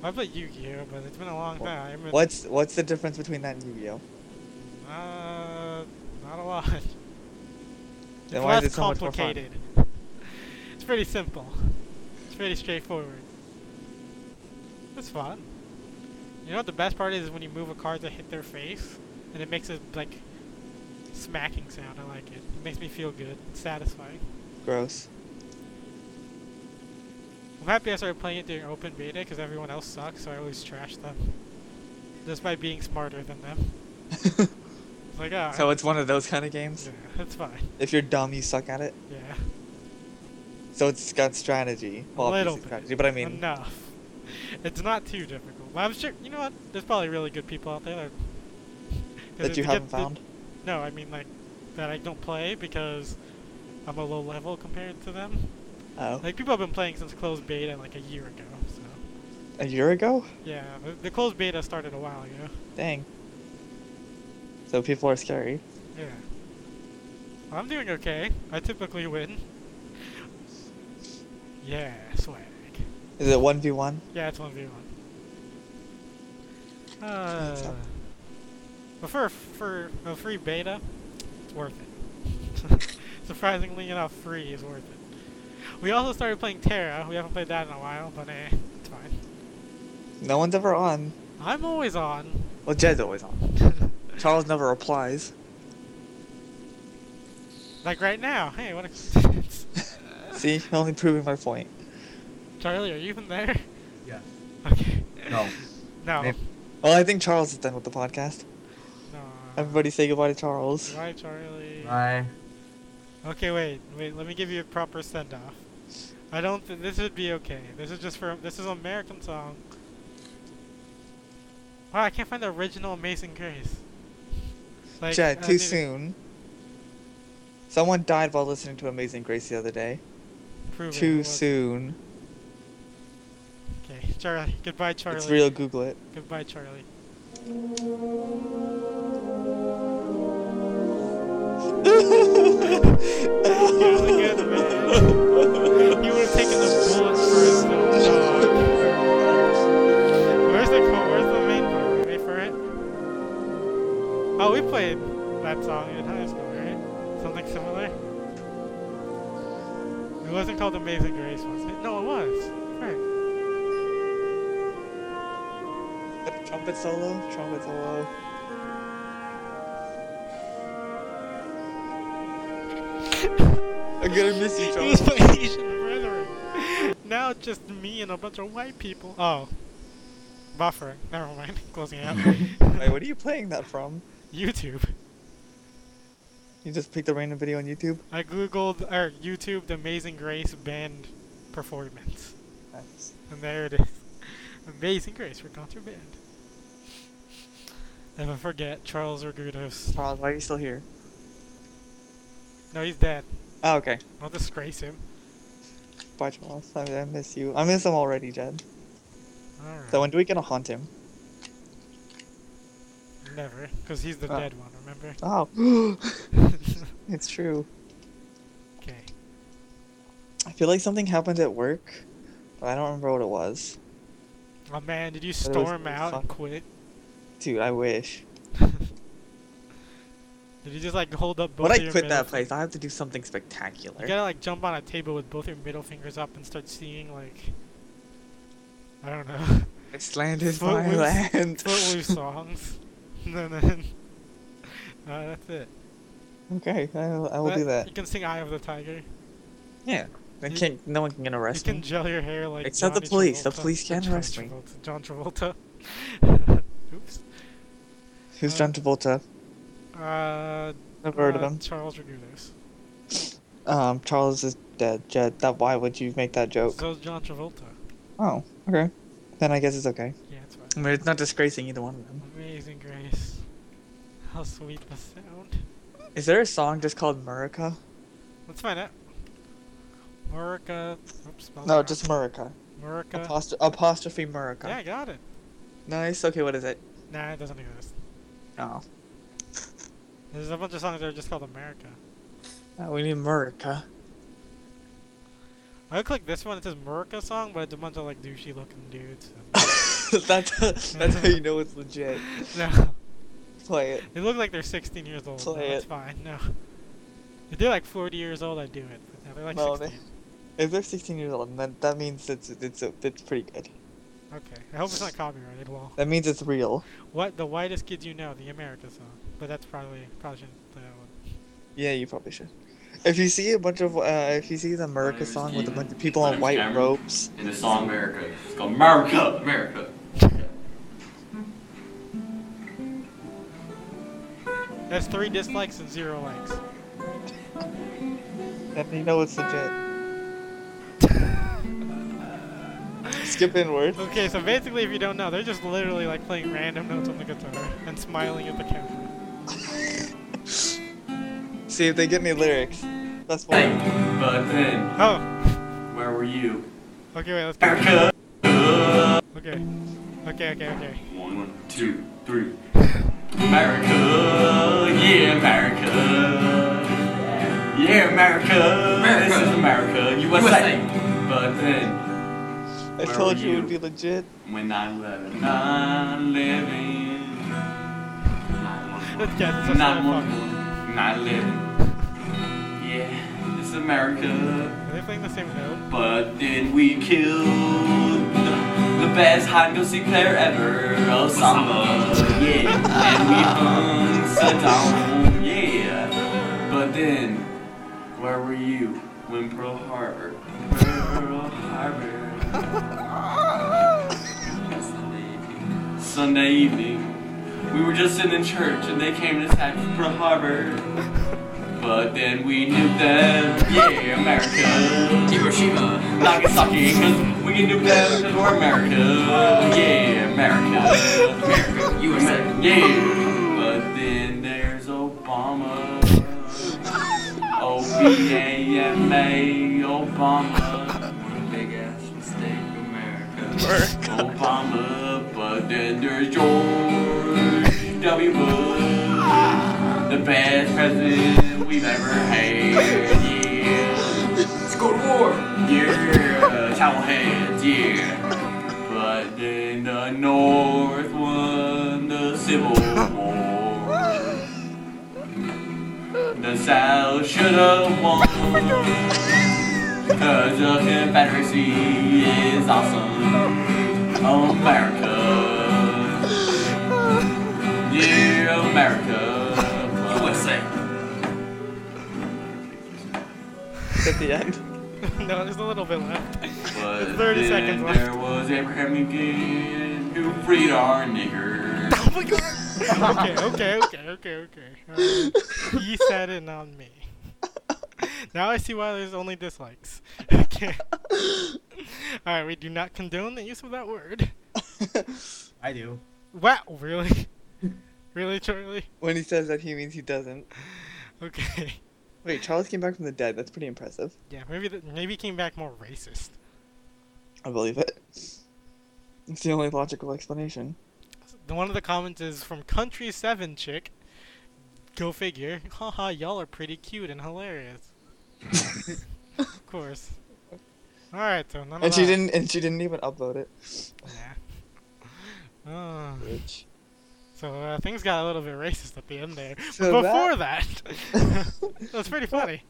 I played Yu-Gi-Oh, but it's been a long Wha- time. I haven't- What's what's the difference between that and Yu-Gi-Oh? Uh, not a lot. It's Then why is less it so much more fun? complicated. It's pretty simple. It's pretty straightforward. It's fun. You know what the best part is when you move a card to hit their face, and it makes a like smacking sound. I like it. It makes me feel good. It's satisfying. Gross. I'm happy I started playing it during open beta because everyone else sucks, so I always trash them. Just by being smarter than them. It's like, ah, so it's one of those kind of games. yeah, that's fine. If you're dumb, you suck at it. Yeah. So it's got strategy. Well, a little obviously bit. strategy, but I mean, enough. It's not too difficult. Well, I'm sure. You know what? There's probably really good people out there that, 'cause that it- you to get haven't the- found. no, I mean like that I don't play because I'm a low level compared to them. Oh, Like people have been playing since closed beta like a year ago. So a year ago? yeah, the, the closed beta started a while ago. Dang. So people are scary. Yeah. I'm doing okay. I typically win. Yeah, swag. Is it one v one? Yeah, it's one v one. Uh, That's up. but for a- for a free beta, it's worth it. Surprisingly enough, free is worth it. We also started playing Terra. We haven't played that in a while, but eh, it's fine. No one's ever on. I'm always on. Well, Jed's always on. Charles never replies. like right now. Hey, what a coincidence. See, you're only proving my point. Charlie, are you even there? Yeah. Okay. No. No. Maybe- Well, I think Charles is done with the podcast. No. Everybody say goodbye to Charles. Bye, Charlie. Bye. Okay, wait, wait. Let me give you a proper send off. I don't. Th- this would be okay. This is just for. This is an American song. Wow, I can't find the original Amazing Grace. Like, Jed, I too need to- soon. Someone died while listening to Amazing Grace the other day. prove it, it Too was- soon. Okay, Charlie. Goodbye, Charlie. It's real. Google it. Goodbye, Charlie. He was a good man. He would have taken the bullet for his little dog. Where's the co- Where's the main part? Ready for it? Oh, we played that song in high school, right? Something similar. It wasn't called Amazing Grace, was it? No, it was. Right. trumpet solo. Trumpet solo. I'm gonna miss you, He was Charles. my Asian brethren. Now it's just me and a bunch of white people. Oh. Buffering. Never mind. Closing it Wait, out. what are you playing that from? YouTube. You just picked a random video on YouTube? I googled or YouTube the Amazing Grace band performance. Nice. And there it is. Amazing Grace Recontra Band. Never forget Charles Argudos. Charles, why are you still here? No, he's dead. Oh, okay. I'll disgrace him. Bye, Charles. I, I miss you. I miss him already, Jed. Alright. So when do we gonna haunt him? Never. Because he's the Oh. dead one, remember? Oh, it's true. okay. I feel like something happened at work but I don't remember what it was. Oh man, did you it was- storm it was out fun. and quit? Dude, I wish. Did you just like hold up both? When I of your quit middle that fin- place, I have to do something You spectacular. gotta like jump on a table with both your middle fingers up and start seeing like. I don't know. This land is my Footloose- land. Footloose songs. And then. Uh, that's it. okay, I, I will But do that. You can sing "Eye of the Tiger." Yeah. I you- can't. No one can arrest you me. can gel your hair like. Except the Johnny police. The Travolta- police or can John arrest me. Travolta- John Travolta. Oops. Who's uh, John Travolta? Uh, Never heard of uh, him. Charles Regunos. Um, Charles is dead. Jed, that why would you make that joke? So is John Travolta. Oh, okay. Then I guess it's okay. Yeah, that's right. I mean, it's not disgracing either one of them. Amazing Grace. How sweet the sound. Is there a song just called Murica? Let's find out. Murica. Oops, spelled No, wrong. just Murica. Murica. Apostro- apostrophe Murica. Yeah, I got it. Nice. Okay, what is it? Nah, it doesn't exist. Oh, There's a bunch of songs that are just called America. Uh, we need Murica. I click this one. It says Murica song, but it's a bunch of like douchey looking dudes. that's that's how you know it's legit. no, Play it. they look like they're 16 years old. Play no, it's it. fine. No, if they're like 40 years old, I do it. But no, they're like No, 16. If they're 16 years old, then that means it's it's a, it's pretty good. Okay. I hope it's not copyrighted. Well, That means it's real. what the whitest kids you know? The America song. But that's probably probably shouldn't play that one. Yeah, you probably should. If you see a bunch of uh, if you see the Murica name's song with a Steven. bunch of people My on name's white Cameron. robes, in the song America. It's called America, America. That's three dislikes and zero likes. then you know it's legit. Skip inward. Okay, so basically, if you don't know, they're just literally like playing random notes on the guitar and smiling at the camera. See if they get any lyrics. That's Hey, why. but then, Oh, where were you? okay, wait, let's go. America. Okay, okay, okay, okay. One, two, three. America, yeah, America. Yeah, America. This is America, USA. But then, I where told were you it would be you? legit. when 9 11, 9 11, 9 Let's get this. 9 11. Yeah, this is America. Are they playing the same note? But then we killed the best hide and go seek player ever, Osama. Yeah, and we hung Saddam. Yeah, but then where were you when Pearl Harbor? Pearl Harbor. Sunday evening. We were just sitting in church and they came and attacked Pearl Harbor. But then we knew them. Yeah, America. Hiroshima. Nagasaki. 'cause we knew them because we're America. Yeah, America. America. USA. Yeah. But then there's Obama. O-B-A-M-A. Obama. Big ass mistake, America. Obama. But then there's George W. Bush. The best president we've ever had. Yeah. Let's go to war. Yeah. Towel heads. Yeah. But then the North won the Civil War. The South should have won. Cause the Confederacy is awesome. America. Yeah, America. USA. At the end. no, there's a little bit left. But 30 then seconds left. there was Abraham Lincoln who freed our niggers. Oh my god. okay, okay, okay, okay, okay. Uh, he said it, not me. Now I see why there's only dislikes. Okay. All right, we do not condone the use of that word. I do. Wow, really? Really, Charlie? When he says that, he means he doesn't. Okay. Wait, Charles came back from the dead. That's pretty impressive. Yeah, maybe th- maybe he came back more racist. I believe it. It's the only logical explanation. The one of the comments is from Country Seven Chick. Go figure. Haha, y'all are pretty cute and hilarious. of course. All right, so none and of she that. didn't. And she didn't even upload it. Nah. Uh, Bitch. so uh, things got a little bit racist at the end there. So But that- Before that, that was pretty funny.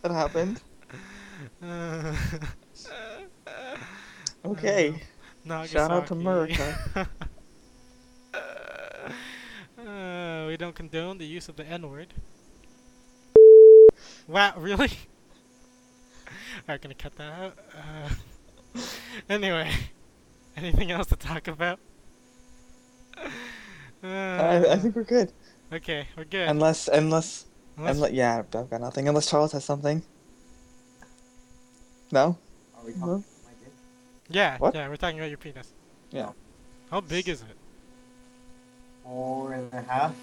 That happened. Uh, Okay. Shout out to Nagasaki. America. Uh, we don't condone the use of the N word. Wow, really? Alright, gonna cut that out. Uh, anyway, anything else to talk about? Uh, I, I think we're good. Okay, we're good. Unless, unless, Unless- unless, yeah, I've got nothing. Unless Charles has something. No. Are we talking No. about my dick? yeah, what? yeah, we're talking about your penis. Yeah. How big is it? Four and a half?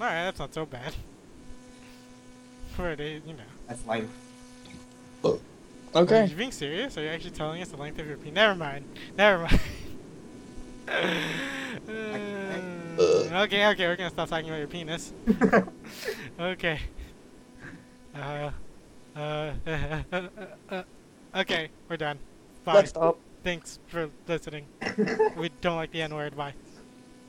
Alright, that's not so bad. For it, you know. That's length. Are Okay. you being serious? Are you actually telling us the length of your penis? Never mind. Never mind. Uh, okay, okay, we're gonna stop talking about your penis. Okay. Uh, uh, uh, uh, okay, we're done. Bye. Let's stop. Thanks for listening. We don't like the N word. Bye.